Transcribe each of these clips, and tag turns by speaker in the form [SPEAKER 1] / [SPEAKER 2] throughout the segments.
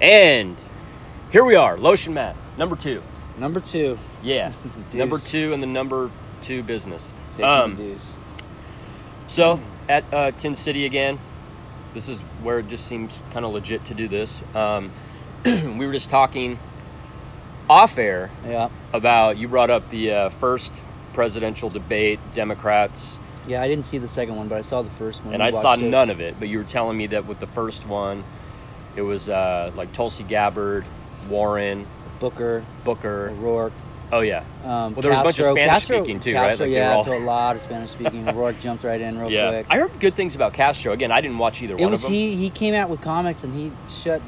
[SPEAKER 1] And here we are, Lotion Matt, number two.
[SPEAKER 2] Number two.
[SPEAKER 1] Yeah,
[SPEAKER 2] Deuce.
[SPEAKER 1] number two in the number two business.
[SPEAKER 2] Taking
[SPEAKER 1] Um,
[SPEAKER 2] the deuce.
[SPEAKER 1] So at uh, Tin City again, this is where it just seems kind of legit to do this. Um, we were just talking off air
[SPEAKER 2] Yeah.
[SPEAKER 1] about you brought up the uh, first presidential debate, Democrats,
[SPEAKER 2] Yeah, I didn't see the second one, but I saw the first one.
[SPEAKER 1] and
[SPEAKER 2] We
[SPEAKER 1] I saw
[SPEAKER 2] watched it.
[SPEAKER 1] none of it. But you were telling me that with the first one, it was uh, like Tulsi Gabbard, Warren,
[SPEAKER 2] Booker,
[SPEAKER 1] Booker.
[SPEAKER 2] O'Rourke.
[SPEAKER 1] Oh yeah,
[SPEAKER 2] Um,
[SPEAKER 1] Well, there was a bunch of
[SPEAKER 2] Castro-
[SPEAKER 1] Spanish
[SPEAKER 2] Castro-
[SPEAKER 1] speaking too, right?
[SPEAKER 2] Castro,
[SPEAKER 1] Like, they were
[SPEAKER 2] yeah,
[SPEAKER 1] all-
[SPEAKER 2] to a lot of Spanish speaking. O'Rourke jumped right in real
[SPEAKER 1] yeah.
[SPEAKER 2] quick.
[SPEAKER 1] I heard good things about Castro. Again, I didn't watch either
[SPEAKER 2] it
[SPEAKER 1] one
[SPEAKER 2] was
[SPEAKER 1] of them.
[SPEAKER 2] he. He came out with comics and he shut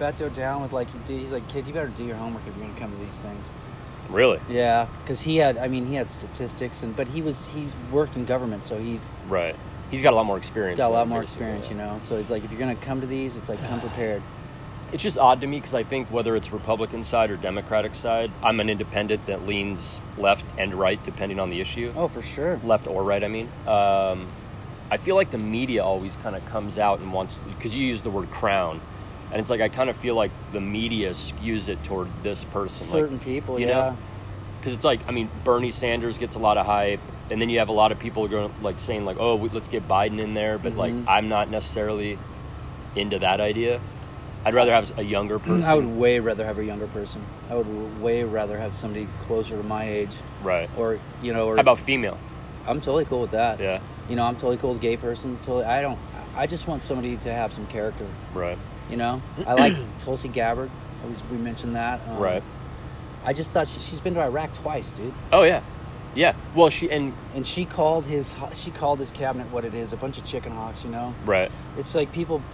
[SPEAKER 2] Beto down with like he's, he's like, kid, you better do your homework if you're gonna come to these things.
[SPEAKER 1] really,
[SPEAKER 2] Yeah, because he had. I mean, he had statistics and but he was he worked in government, so he's
[SPEAKER 1] right? He's got a lot more experience.
[SPEAKER 2] got a
[SPEAKER 1] than
[SPEAKER 2] lot more
[SPEAKER 1] Pierce, yeah.
[SPEAKER 2] experience, you know. So he's like, if you're gonna come to these, it's like come prepared.
[SPEAKER 1] It's just odd to me because I think whether it's Republican side or Democratic side, I'm an independent that leans left and right depending on the issue,
[SPEAKER 2] Oh, for sure.
[SPEAKER 1] left or right. I mean, um, I feel like the media always kind of comes out and wants because you use the word crown, and it's like I kind of feel like the media skews it toward this person,
[SPEAKER 2] Certain people,
[SPEAKER 1] you
[SPEAKER 2] yeah.
[SPEAKER 1] know, because it's like I mean Bernie Sanders gets a lot of hype, and then you have a lot of people going like saying like oh we, let's get Biden in there, but
[SPEAKER 2] Mhm.
[SPEAKER 1] like I'm not necessarily into that idea. I'd rather have a younger person.
[SPEAKER 2] I would way rather have a younger person. I would w- way rather have somebody closer to my age,
[SPEAKER 1] Right.
[SPEAKER 2] or you know, or
[SPEAKER 1] How about female?
[SPEAKER 2] I'm totally cool with that.
[SPEAKER 1] Yeah.
[SPEAKER 2] You know, I'm totally cool with gay person. Totally, I don't. I just want somebody to have some character.
[SPEAKER 1] Right.
[SPEAKER 2] You know, I like Tulsi Gabbard. Always we mentioned that. Um,
[SPEAKER 1] right.
[SPEAKER 2] I just thought she, she's been to Iraq twice, dude.
[SPEAKER 1] Oh yeah. Yeah. Well, she and
[SPEAKER 2] And she called his ho- she called his cabinet what it is a bunch of chicken hawks. You know,
[SPEAKER 1] right.
[SPEAKER 2] it's like people p-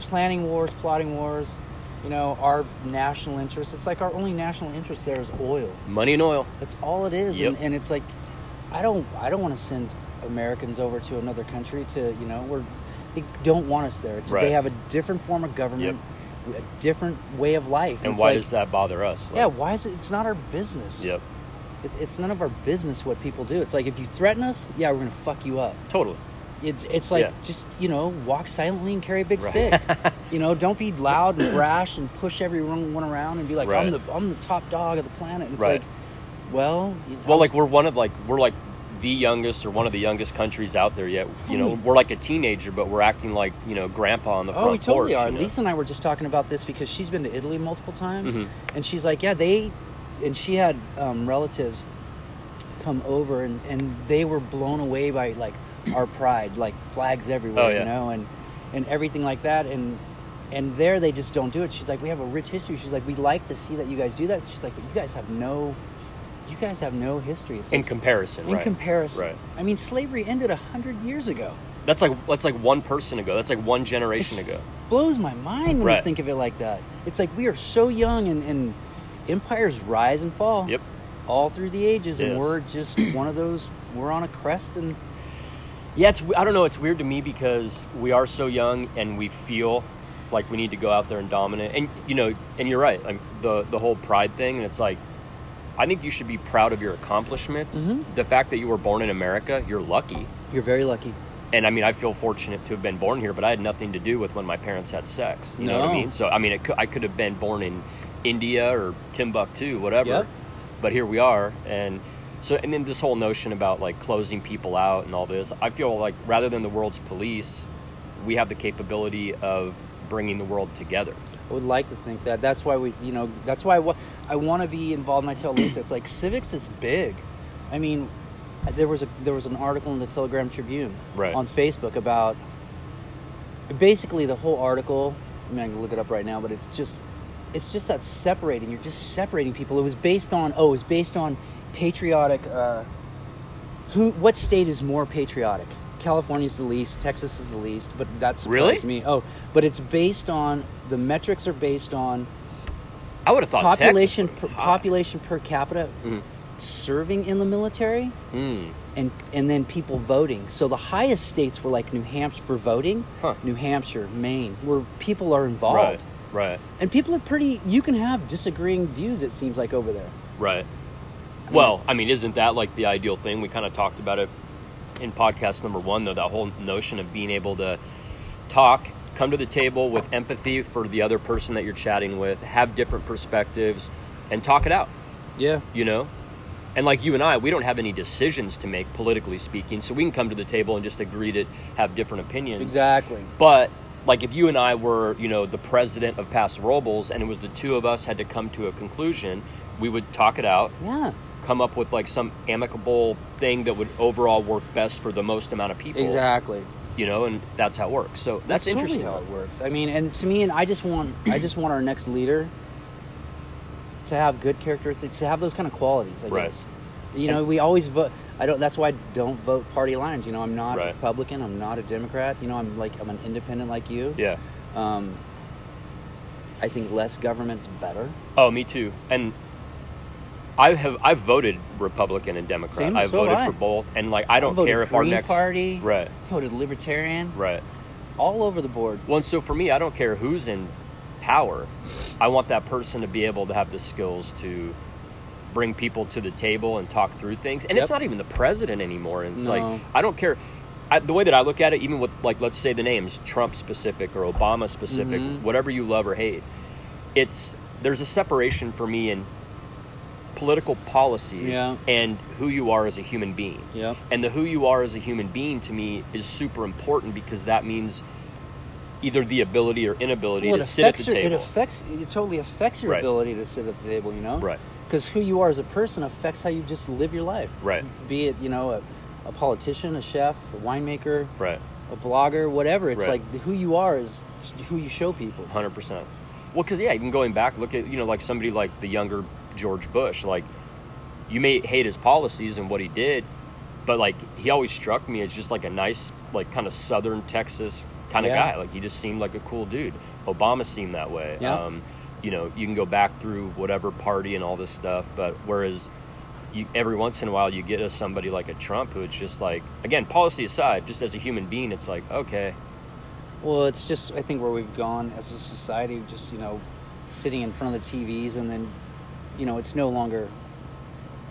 [SPEAKER 2] planning wars, plotting wars. You know, our national interest. It's like our only national interest there is oil.
[SPEAKER 1] Money and oil.
[SPEAKER 2] That's all it is,
[SPEAKER 1] Yep.
[SPEAKER 2] and, and it's like, I don't, I don't want to send Americans over to another country to, you know, we're, they don't want us there. It's,
[SPEAKER 1] Right.
[SPEAKER 2] They have a different form of government, a different way of life.
[SPEAKER 1] And
[SPEAKER 2] It's
[SPEAKER 1] why
[SPEAKER 2] like,
[SPEAKER 1] does that bother us?
[SPEAKER 2] Yeah, why is it? It's not our business.
[SPEAKER 1] Yep.
[SPEAKER 2] It's, it's none of our business what people do. It's like if you threaten us, yeah, we're gonna fuck you up.
[SPEAKER 1] Totally.
[SPEAKER 2] It's it's like
[SPEAKER 1] Yeah.
[SPEAKER 2] just you know walk silently and carry a big
[SPEAKER 1] Right.
[SPEAKER 2] stick. you know, don't be loud and brash and push everyone around and be like I'm
[SPEAKER 1] Right.
[SPEAKER 2] the I'm the top dog of the planet. And it's
[SPEAKER 1] Right.
[SPEAKER 2] like, well, you know,
[SPEAKER 1] Well,
[SPEAKER 2] I was-
[SPEAKER 1] like we're one of like we're like the youngest or one of the youngest countries out there yet. You know, we're like a teenager, but we're acting like you know grandpa on the front
[SPEAKER 2] Hmm. Oh, we totally
[SPEAKER 1] porch.
[SPEAKER 2] are.
[SPEAKER 1] you know?
[SPEAKER 2] Lisa and I were just talking about this because she's been to Italy multiple times,
[SPEAKER 1] Mhm.
[SPEAKER 2] and she's like, "Yeah, they," and she had um, relatives come over, and and they were blown away by like our pride, like flags everywhere,
[SPEAKER 1] Oh, yeah.
[SPEAKER 2] you know, and and everything like that, and and there they just don't do it. She's like, "We have a rich history." She's like, "We like to see that you guys do that." She's like, "But you guys have no." You guys have no history. It's
[SPEAKER 1] in
[SPEAKER 2] like,
[SPEAKER 1] comparison.
[SPEAKER 2] in
[SPEAKER 1] right.
[SPEAKER 2] comparison,
[SPEAKER 1] Right.
[SPEAKER 2] I mean, slavery ended a hundred years ago.
[SPEAKER 1] That's like that's like one person ago. That's like one generation
[SPEAKER 2] It's-
[SPEAKER 1] ago.
[SPEAKER 2] Blows my mind when you
[SPEAKER 1] Right.
[SPEAKER 2] think of it like that. It's like we are so young and, and empires rise and fall.
[SPEAKER 1] Yep.
[SPEAKER 2] All through the ages, and
[SPEAKER 1] Yes.
[SPEAKER 2] we're just one of those. We're on a crest, and
[SPEAKER 1] Yeah, it's I don't know. It's weird to me because we are so young and we feel like we need to go out there and dominate. And you know, and you're right. Like the the whole pride thing, and it's like, I think you should be proud of your accomplishments.
[SPEAKER 2] Mhm.
[SPEAKER 1] The fact that you were born in America, you're lucky.
[SPEAKER 2] you're very lucky.
[SPEAKER 1] And I mean, I feel fortunate to have been born here, but I had nothing to do with when my parents had sex. You know what I
[SPEAKER 2] No.
[SPEAKER 1] mean? So I mean, it could, I could have been born in India or Timbuktu, whatever.
[SPEAKER 2] Yep.
[SPEAKER 1] But here we are, and so and then this whole notion about like closing people out and all this. I feel like rather than the world's police, we have the capability of bringing the world together.
[SPEAKER 2] I would like to think that. That's why we, you know, that's why I, wa- I want to be involved. And I tell Lisa, it's like civics is big. I mean, there was a there was an article in the Telegram Tribune
[SPEAKER 1] Right.
[SPEAKER 2] on Facebook about basically the whole article. I mean, I can look it up right now, but it's just it's just that separating. You're just separating people. It was based on oh, it was based on patriotic. Uh, who? What state is more patriotic? California's the least. Texas is the least. But that's
[SPEAKER 1] Really?
[SPEAKER 2] me. Oh, but it's based on the metrics are based on
[SPEAKER 1] I would have thought Texas
[SPEAKER 2] population
[SPEAKER 1] would've
[SPEAKER 2] per,
[SPEAKER 1] been hot.
[SPEAKER 2] population per capita serving in the military
[SPEAKER 1] Mm,
[SPEAKER 2] and and then people voting. So the highest states were like New Hampshire for voting,
[SPEAKER 1] Huh.
[SPEAKER 2] New Hampshire, Maine, where people are involved.
[SPEAKER 1] right, right,
[SPEAKER 2] And people are pretty you can have disagreeing views it seems like over there.
[SPEAKER 1] right. Well, I mean, isn't that like the ideal thing? We kind of talked about it in podcast number one, though, that whole notion of being able to talk come to the table with empathy for the other person that you're chatting with, have different perspectives, and talk it out,
[SPEAKER 2] Yeah.
[SPEAKER 1] you know? And like you and I, we don't have any decisions to make politically speaking, so we can come to the table and just agree to have different opinions.
[SPEAKER 2] Exactly.
[SPEAKER 1] But like if you and I were, you know, the president of Paso Robles and it was the two of us had to come to a conclusion, we would talk it out,
[SPEAKER 2] Yeah.
[SPEAKER 1] come up with like some amicable thing that would overall work best for the most amount of people.
[SPEAKER 2] Exactly.
[SPEAKER 1] You know, and that's how it works. So that's,
[SPEAKER 2] totally
[SPEAKER 1] interesting.
[SPEAKER 2] how it works. I mean, and to me, and I just want, I just want our next leader to have good characteristics, to have those kind of qualities. I
[SPEAKER 1] Right.
[SPEAKER 2] guess. You know, we always vote. I don't. That's why I don't vote party lines. You know, I'm not
[SPEAKER 1] Right.
[SPEAKER 2] Republican. I'm not a Democrat. You know, I'm like I'm an independent like you.
[SPEAKER 1] Yeah.
[SPEAKER 2] Um, I think less government's better.
[SPEAKER 1] Oh, me too. And I have I've voted Republican and Democrat.
[SPEAKER 2] Same,
[SPEAKER 1] I've
[SPEAKER 2] so have
[SPEAKER 1] voted
[SPEAKER 2] I.
[SPEAKER 1] for both and like I don't
[SPEAKER 2] voted
[SPEAKER 1] care if our
[SPEAKER 2] Green
[SPEAKER 1] next
[SPEAKER 2] party.
[SPEAKER 1] Right.
[SPEAKER 2] Voted Libertarian.
[SPEAKER 1] Right.
[SPEAKER 2] All over the board.
[SPEAKER 1] Well, and so for me, I don't care who's in power. I want that person to be able to have the skills to bring people to the table and talk through things. And it's
[SPEAKER 2] Yep.
[SPEAKER 1] not even the president anymore. And it's
[SPEAKER 2] No.
[SPEAKER 1] like I don't care. I, the way that I look at it, even with like let's say the names Trump specific or Obama specific,
[SPEAKER 2] Mhm.
[SPEAKER 1] whatever you love or hate, it's there's a separation for me in political policies
[SPEAKER 2] Yeah.
[SPEAKER 1] and who you are as a human being.
[SPEAKER 2] Yep.
[SPEAKER 1] And the who you are as a human being to me is super important because that means either the ability or inability to sit at the
[SPEAKER 2] affects your,
[SPEAKER 1] table.
[SPEAKER 2] It affects. It totally affects your
[SPEAKER 1] Right.
[SPEAKER 2] ability to sit at the table. You know.
[SPEAKER 1] Right.
[SPEAKER 2] Because who you are as a person affects how you just live your life.
[SPEAKER 1] Right.
[SPEAKER 2] Be it you know a, a politician, a chef, a winemaker,
[SPEAKER 1] right.
[SPEAKER 2] a blogger, whatever. It's
[SPEAKER 1] Right.
[SPEAKER 2] like who you are is who you show people.
[SPEAKER 1] 100%. Well, because, yeah, even going back, look at, you know, like somebody like the younger George Bush. Like, you may hate his policies and what he did, but, like, he always struck me as just like a nice, like, kind of Southern Texas kind of
[SPEAKER 2] Yeah.
[SPEAKER 1] guy. Like, he just seemed like a cool dude. Obama seemed that way.
[SPEAKER 2] Yeah.
[SPEAKER 1] Um, you know, you can go back through whatever party and all this stuff, but whereas you, every once in a while you get a somebody like a Trump who it's just like, again, policy aside, just as a human being, it's like, okay,
[SPEAKER 2] Well, it's just I think where we've gone as a society, just you know, sitting in front of the TVs, and then you know it's no longer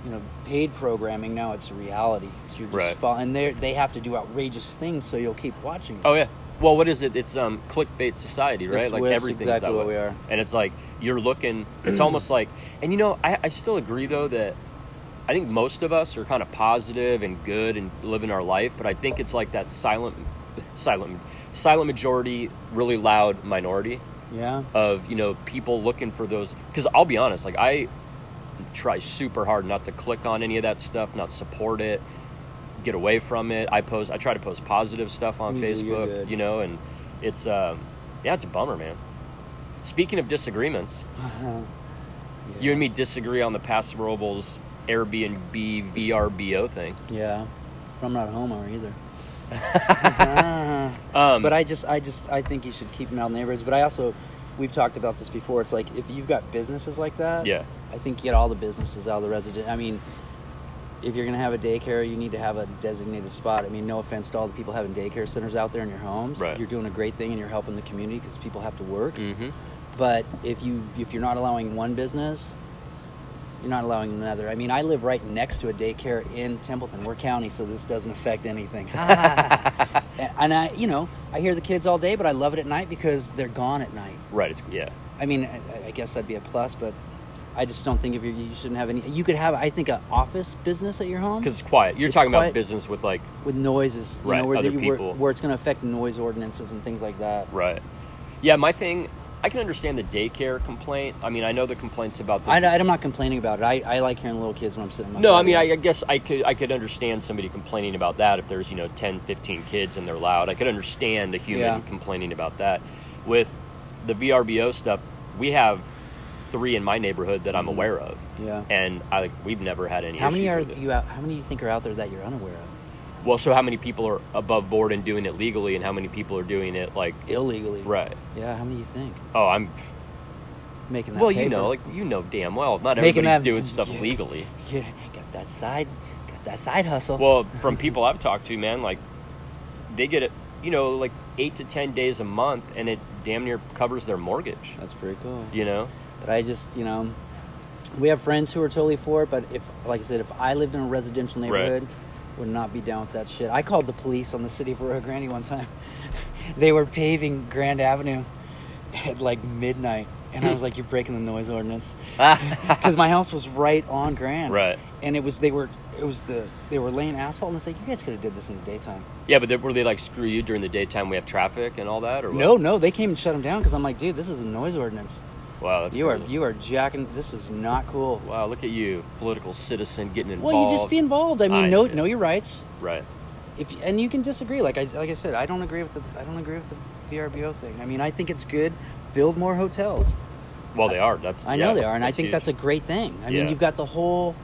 [SPEAKER 2] you know paid programming. Now it's reality. So you're just
[SPEAKER 1] Right.
[SPEAKER 2] fol- and they they have to do outrageous things, so you'll keep watching. It.
[SPEAKER 1] Oh yeah. Well, what is it? It's um, clickbait society, right?
[SPEAKER 2] That's-
[SPEAKER 1] like
[SPEAKER 2] that's
[SPEAKER 1] everything's
[SPEAKER 2] exactly
[SPEAKER 1] that way.
[SPEAKER 2] what we are.
[SPEAKER 1] And it's like you're looking. It's almost like, and you know, I, I still agree though that I think most of us are kind of positive and good and living our life, but I think it's like that silent, silent, silent majority, really loud minority
[SPEAKER 2] Yeah.
[SPEAKER 1] of you know people looking for those. Because I'll be honest, like I try super hard not to click on any of that stuff, not support it, get away from it. I post, I try to post positive stuff on
[SPEAKER 2] You do, you're
[SPEAKER 1] Facebook,
[SPEAKER 2] good.
[SPEAKER 1] you know, and it's um, yeah, it's a bummer, man. Speaking of disagreements,
[SPEAKER 2] Uh-huh.
[SPEAKER 1] you and me disagree on the Paso Robles Airbnb VRBO thing.
[SPEAKER 2] Yeah, I'm not a homer either.
[SPEAKER 1] Um,
[SPEAKER 2] but I just, I just, I think you should keep them out of the neighborhoods. But I also, we've talked about this before. It's like if you've got businesses like that,
[SPEAKER 1] Yeah.
[SPEAKER 2] I think get all the businesses out of the resident. I mean, if you're gonna have a daycare, you need to have a designated spot. I mean, no offense to all the people having daycare centers out there in your homes.
[SPEAKER 1] Right.
[SPEAKER 2] You're doing a great thing and you're helping the community because people have to work.
[SPEAKER 1] hmm
[SPEAKER 2] But if you if you're not allowing one business, you're not allowing another. I mean, I live right next to a daycare in Templeton. We're county, so this doesn't affect anything. and I, you know, I hear the kids all day, but I love it at night because they're gone at night.
[SPEAKER 1] Right. It's yeah.
[SPEAKER 2] I mean, I, I guess that'd be a plus, but I just don't think if you you shouldn't have any. You could have, I think, an office business at your home
[SPEAKER 1] Because it's quiet. You're
[SPEAKER 2] It's
[SPEAKER 1] talking
[SPEAKER 2] quiet.
[SPEAKER 1] about business with like
[SPEAKER 2] with noises, you
[SPEAKER 1] Right,
[SPEAKER 2] know, where,
[SPEAKER 1] other
[SPEAKER 2] the- where,
[SPEAKER 1] people.
[SPEAKER 2] where it's going to affect noise ordinances and things like that.
[SPEAKER 1] Right. Yeah, my thing, I can understand the daycare complaint. I mean, I know the complaints about the.
[SPEAKER 2] I, I'm not complaining about it. I, I like hearing little kids when I'm sitting. in my
[SPEAKER 1] no, I mean, I,
[SPEAKER 2] patio.
[SPEAKER 1] I guess I could I could understand somebody complaining about that if there's you know 10, 15 kids and they're loud. I could understand a human
[SPEAKER 2] Yeah.
[SPEAKER 1] complaining about that. With the VRBO stuff, we have three in my neighborhood that I'm aware of,
[SPEAKER 2] Mm-hmm. yeah.
[SPEAKER 1] and I we've never had any.
[SPEAKER 2] How many
[SPEAKER 1] issues
[SPEAKER 2] are
[SPEAKER 1] with it.
[SPEAKER 2] you out? How many you think are out there that you're unaware of
[SPEAKER 1] Well, so how many people are above board and doing it legally, and how many people are doing it like
[SPEAKER 2] illegally?
[SPEAKER 1] right?
[SPEAKER 2] Yeah. How many you think
[SPEAKER 1] Oh, I'm
[SPEAKER 2] making that?
[SPEAKER 1] well, you
[SPEAKER 2] paper?
[SPEAKER 1] know, like you know damn well, not
[SPEAKER 2] Making
[SPEAKER 1] everybody's
[SPEAKER 2] that-
[SPEAKER 1] doing stuff
[SPEAKER 2] Yeah.
[SPEAKER 1] legally.
[SPEAKER 2] yeah, got that side, got that side hustle.
[SPEAKER 1] Well, from people I've talked to, man, like they get it, you know, like eight to ten days a month, and it damn near covers their mortgage.
[SPEAKER 2] that's pretty cool.
[SPEAKER 1] You know,
[SPEAKER 2] But I just, you know, we have friends who are totally for it. But if, like I said, if I lived in a residential
[SPEAKER 1] Right.
[SPEAKER 2] neighborhood, would not be down with that shit. I called the police on the city of Rio Grande one time. they were paving Grand Avenue at like midnight, and I was like, "You're breaking the noise ordinance," because my house was right on Grand.
[SPEAKER 1] Right.
[SPEAKER 2] And it was they were it was the they were laying asphalt, and it's like you guys could have did this in the daytime.
[SPEAKER 1] Yeah, but they, were they like screw you during the daytime? We have traffic and all that, or what?
[SPEAKER 2] No, no, they came and shut them down because I'm like, dude, this is a noise ordinance.
[SPEAKER 1] Wow, that's
[SPEAKER 2] you are
[SPEAKER 1] crazy.
[SPEAKER 2] you are jacking. This is not cool.
[SPEAKER 1] Wow, look at you, political citizen getting involved.
[SPEAKER 2] Well, you just be involved. I mean,
[SPEAKER 1] I
[SPEAKER 2] know
[SPEAKER 1] know.
[SPEAKER 2] know your rights.
[SPEAKER 1] right.
[SPEAKER 2] if and you can disagree like I like I said I don't agree with the I don't agree with the VRBO thing. I mean I think it's good build more hotels.
[SPEAKER 1] Well, they are. That's
[SPEAKER 2] I
[SPEAKER 1] yeah,
[SPEAKER 2] know they are and I think
[SPEAKER 1] huge.
[SPEAKER 2] that's a great thing. I
[SPEAKER 1] Yeah.
[SPEAKER 2] mean you've got the whole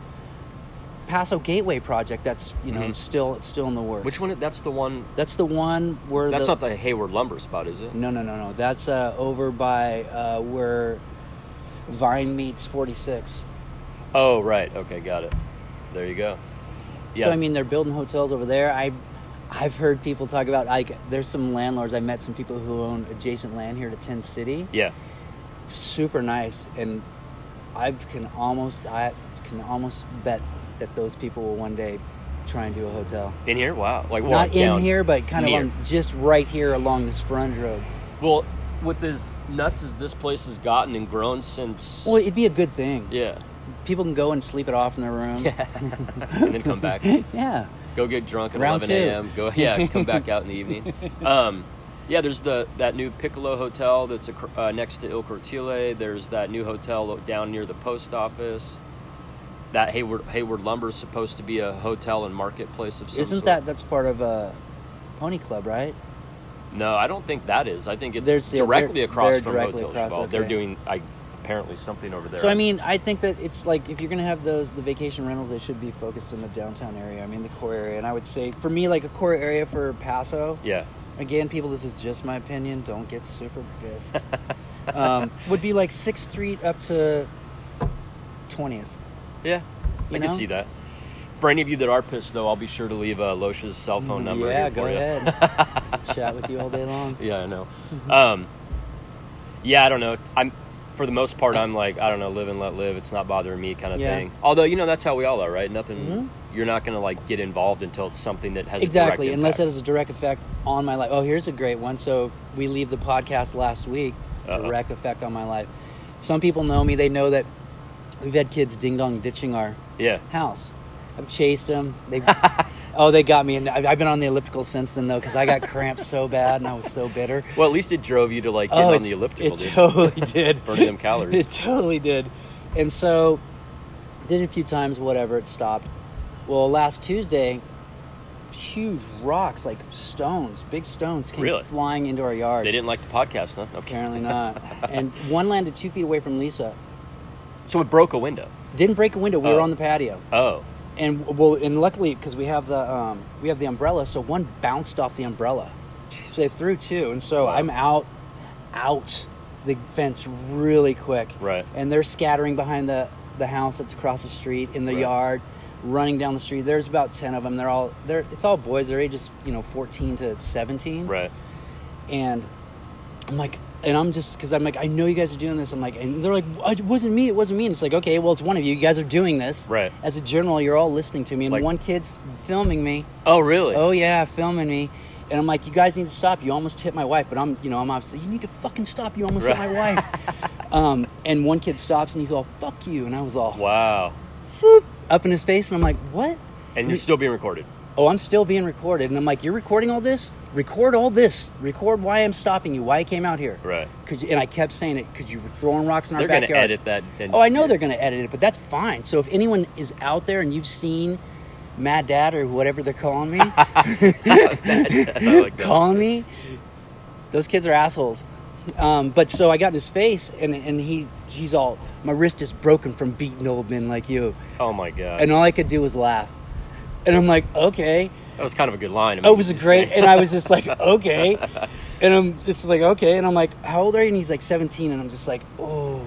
[SPEAKER 2] Paso Gateway project that's you know
[SPEAKER 1] Mhm.
[SPEAKER 2] still still in the works.
[SPEAKER 1] which one? That's the one.
[SPEAKER 2] That's the one where
[SPEAKER 1] That's
[SPEAKER 2] the,
[SPEAKER 1] not the Hayward Lumber spot, is it?
[SPEAKER 2] No no no no. That's uh, over by uh, where Vine meets 46.
[SPEAKER 1] Oh, right. Okay, got it. There you go. Yeah.
[SPEAKER 2] So I mean, they're building hotels over there. I, I've heard people talk about like there's some landlords. I met some people who own adjacent land here to Ten City.
[SPEAKER 1] yeah,
[SPEAKER 2] Super nice, and I can almost I can almost bet that those people will one day try and do a hotel.
[SPEAKER 1] in here. Wow. Like well,
[SPEAKER 2] Not in
[SPEAKER 1] down-
[SPEAKER 2] here, but kind
[SPEAKER 1] near.
[SPEAKER 2] of on just right here along this frontage road.
[SPEAKER 1] Well, with as nuts as this place has gotten and grown since.
[SPEAKER 2] Well, it'd be a good thing.
[SPEAKER 1] yeah.
[SPEAKER 2] People can go and sleep it off in their room.
[SPEAKER 1] Yeah. and then come back.
[SPEAKER 2] yeah.
[SPEAKER 1] Go get drunk at
[SPEAKER 2] Round
[SPEAKER 1] 11
[SPEAKER 2] two.
[SPEAKER 1] a.m. Go yeah, come back out in the evening. Um, yeah, there's the that new Piccolo Hotel that's acro- uh, next to Il Cortile. There's that new hotel down near the post office. That Hayward Hayward Lumber is supposed to be a hotel and marketplace of some
[SPEAKER 2] Isn't
[SPEAKER 1] sort.
[SPEAKER 2] that that's part of uh, Pony Club, right?
[SPEAKER 1] No, I don't think that is. I think it's
[SPEAKER 2] There's- yeah, they're-
[SPEAKER 1] directly across
[SPEAKER 2] they're
[SPEAKER 1] from
[SPEAKER 2] directly
[SPEAKER 1] Hotel
[SPEAKER 2] across,
[SPEAKER 1] Cheval. They're
[SPEAKER 2] okay.
[SPEAKER 1] doing I, apparently something over there.
[SPEAKER 2] So I mean, I think that it's like if you're gonna have those the vacation rentals, they should be focused in the downtown area. I mean, the core area, and I would say for me, like a core area for Paso.
[SPEAKER 1] yeah,
[SPEAKER 2] Again, people, this is just my opinion. Don't get super pissed. um, would be like Sixth Street up to Twentieth.
[SPEAKER 1] yeah, I
[SPEAKER 2] You
[SPEAKER 1] can
[SPEAKER 2] know?
[SPEAKER 1] see that. For any of you that are pissed, though, I'll be sure to leave uh, Losha's cell phone number.
[SPEAKER 2] Mm-hmm. Yeah,
[SPEAKER 1] here for
[SPEAKER 2] go
[SPEAKER 1] you.
[SPEAKER 2] ahead. Mm-hmm. Chat with you all day long.
[SPEAKER 1] Yeah, I know. um, yeah, I don't know. I'm for the most part, I'm like, I don't know, live and let live. It's not bothering me, kind of
[SPEAKER 2] Yeah.
[SPEAKER 1] thing. Although you know, that's how we all are, right? Nothing.
[SPEAKER 2] Mhm.
[SPEAKER 1] You're not gonna like get involved until it's something that has a direct
[SPEAKER 2] Exactly, unless it
[SPEAKER 1] impact.
[SPEAKER 2] has a direct effect on my life. Oh, here's a great one. So we leave the podcast last week.
[SPEAKER 1] Uh-oh.
[SPEAKER 2] Direct effect on my life. Some people know me. They know that we've had kids ding dong ditching our
[SPEAKER 1] yeah.
[SPEAKER 2] house. I've chased them. They, oh, they got me, and I've, I've been on the elliptical since then though, because I got cramps so bad and I was so bitter.
[SPEAKER 1] Well, at least it drove you to like get
[SPEAKER 2] oh,
[SPEAKER 1] on
[SPEAKER 2] it's-
[SPEAKER 1] the elliptical.
[SPEAKER 2] it
[SPEAKER 1] dude.
[SPEAKER 2] totally did.
[SPEAKER 1] Burning them calories.
[SPEAKER 2] It totally did. And so, did it a few times, whatever, it stopped. Well, last Tuesday, huge rocks, like stones, big stones, came
[SPEAKER 1] Really?
[SPEAKER 2] flying into our yard.
[SPEAKER 1] They didn't like the podcast, huh? Okay.
[SPEAKER 2] Apparently not. and one landed two feet away from Lisa.
[SPEAKER 1] So it broke a window.
[SPEAKER 2] Didn't break a window. We
[SPEAKER 1] Oh.
[SPEAKER 2] were on the patio,
[SPEAKER 1] Oh,
[SPEAKER 2] and well, and luckily because we have the um, we have the umbrella, so one bounced off the umbrella. So they threw two, and so
[SPEAKER 1] Wow.
[SPEAKER 2] I'm out, out the fence really quick.
[SPEAKER 1] Right.
[SPEAKER 2] And they're scattering behind the the house that's across the street in the
[SPEAKER 1] Right.
[SPEAKER 2] yard, running down the street. There's about ten of them. They're all they're it's all boys. They're ages you know 14 to 17.
[SPEAKER 1] right.
[SPEAKER 2] And I'm like. And I'm just because I'm like I know you guys are doing this. I'm like, and they're like, it wasn't me. It wasn't me. And it's like, okay, well, it's one of you. You guys are doing this,
[SPEAKER 1] Right.
[SPEAKER 2] As a general, you're all listening to me, and
[SPEAKER 1] Like-
[SPEAKER 2] one kid's filming me.
[SPEAKER 1] Oh, really?
[SPEAKER 2] Oh yeah, filming me. And I'm like, you guys need to stop. You almost hit my wife, but I'm, you know, I'm obviously. You need to fucking stop. You almost hit my wife. um, and one kid stops and he's all, "Fuck you," and I was all,
[SPEAKER 1] Wow.
[SPEAKER 2] "Whoop," up in his face, and I'm like, "What?"
[SPEAKER 1] And you're still being recorded.
[SPEAKER 2] Oh, I'm still being recorded, and I'm like, "You're recording all this? Record all this. Record why I'm stopping you. Why I came out here."
[SPEAKER 1] Right.
[SPEAKER 2] Cause, you- and I kept saying it because you were throwing rocks in our
[SPEAKER 1] They're going
[SPEAKER 2] backyard.
[SPEAKER 1] to edit that. And
[SPEAKER 2] Oh, I know they're going to edit it, but that's fine. So if anyone is out there and you've seen Mad Dad or whatever they're calling me,
[SPEAKER 1] I like that.
[SPEAKER 2] calling me, those kids are assholes. Um, but so I got in his face, and and he he's all my wrist is broken from beating old men like you,
[SPEAKER 1] Oh, my God.
[SPEAKER 2] and all I could do was laugh, and I'm like okay,
[SPEAKER 1] that was kind of a good line. I mean,
[SPEAKER 2] Oh, it was a great, and I was just like okay, and I'm just like okay, and I'm like how old are you? And he's like 17, and I'm just like oh,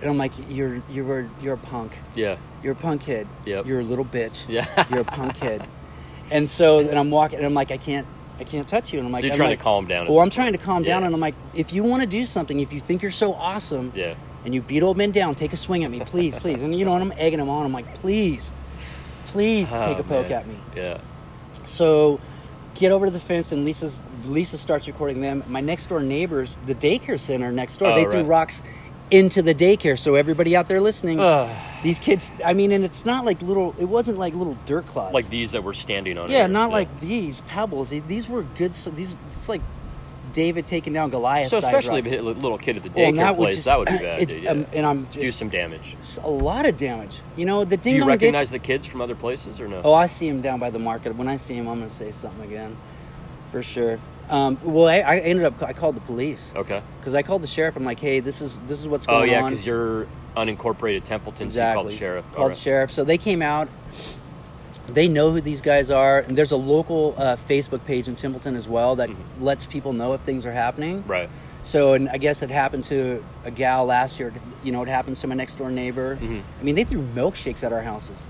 [SPEAKER 2] and I'm like you're you're you're a punk.
[SPEAKER 1] Yeah.
[SPEAKER 2] You're a punk kid.
[SPEAKER 1] Yep.
[SPEAKER 2] You're a little bitch.
[SPEAKER 1] Yeah.
[SPEAKER 2] You're a punk kid. And so, and I'm walking, and I'm like, I can't, I can't touch you. And I'm like,
[SPEAKER 1] you're
[SPEAKER 2] I'm
[SPEAKER 1] trying to
[SPEAKER 2] like,
[SPEAKER 1] calm down at
[SPEAKER 2] Well, I'm
[SPEAKER 1] this
[SPEAKER 2] trying to calm down,
[SPEAKER 1] Yeah.
[SPEAKER 2] and I'm like, if you want to do something, if you think you're so awesome,
[SPEAKER 1] Yeah.
[SPEAKER 2] and you beat old men down, take a swing at me, please, please. And you know, and I'm egging him on. I'm like, please, please
[SPEAKER 1] Oh,
[SPEAKER 2] take a poke
[SPEAKER 1] man.
[SPEAKER 2] at me.
[SPEAKER 1] Yeah.
[SPEAKER 2] So, get over to the fence, and Lisa's Lisa starts recording them. My next door neighbors, the daycare center next door,
[SPEAKER 1] Oh,
[SPEAKER 2] they threw
[SPEAKER 1] right.
[SPEAKER 2] rocks into the daycare. So everybody out there listening,
[SPEAKER 1] Ugh.
[SPEAKER 2] these kids. I mean, and it's not like little. It wasn't like little dirt clods.
[SPEAKER 1] like these that we're standing on.
[SPEAKER 2] yeah,
[SPEAKER 1] here.
[SPEAKER 2] not like these pebbles. These- These were good. So these it's like David taking down Goliath.
[SPEAKER 1] So especially if
[SPEAKER 2] rocks.
[SPEAKER 1] it hit a little kid at the
[SPEAKER 2] Well,
[SPEAKER 1] daycare
[SPEAKER 2] and that would
[SPEAKER 1] place,
[SPEAKER 2] just-
[SPEAKER 1] that would be bad,
[SPEAKER 2] it-
[SPEAKER 1] dude.
[SPEAKER 2] um,
[SPEAKER 1] yeah.
[SPEAKER 2] and I'm
[SPEAKER 1] do
[SPEAKER 2] just-
[SPEAKER 1] some damage.
[SPEAKER 2] a lot of damage. You know the
[SPEAKER 1] Do
[SPEAKER 2] ding
[SPEAKER 1] you
[SPEAKER 2] dong ditch.
[SPEAKER 1] recognize the kids from other places or no?
[SPEAKER 2] Oh, I see him down by the market. When I see him, I'm gonna say something again, for sure. Um, well, I, I ended up I called the police
[SPEAKER 1] Okay.
[SPEAKER 2] because I called the sheriff. I'm like, hey, this is this is what's
[SPEAKER 1] Oh
[SPEAKER 2] going
[SPEAKER 1] yeah,
[SPEAKER 2] on.
[SPEAKER 1] because you're unincorporated Templeton, so you called the sheriff.
[SPEAKER 2] Called
[SPEAKER 1] Alright.
[SPEAKER 2] sheriff. So they came out. They know who these guys are, and there's a local uh, Facebook page in Templeton as well that
[SPEAKER 1] Mm-hmm.
[SPEAKER 2] lets people know if things are happening.
[SPEAKER 1] Right.
[SPEAKER 2] So, and I guess it happened to a gal last year. You know, it happens to my next door neighbor.
[SPEAKER 1] Mm-hmm.
[SPEAKER 2] I mean, they threw milkshakes at our houses,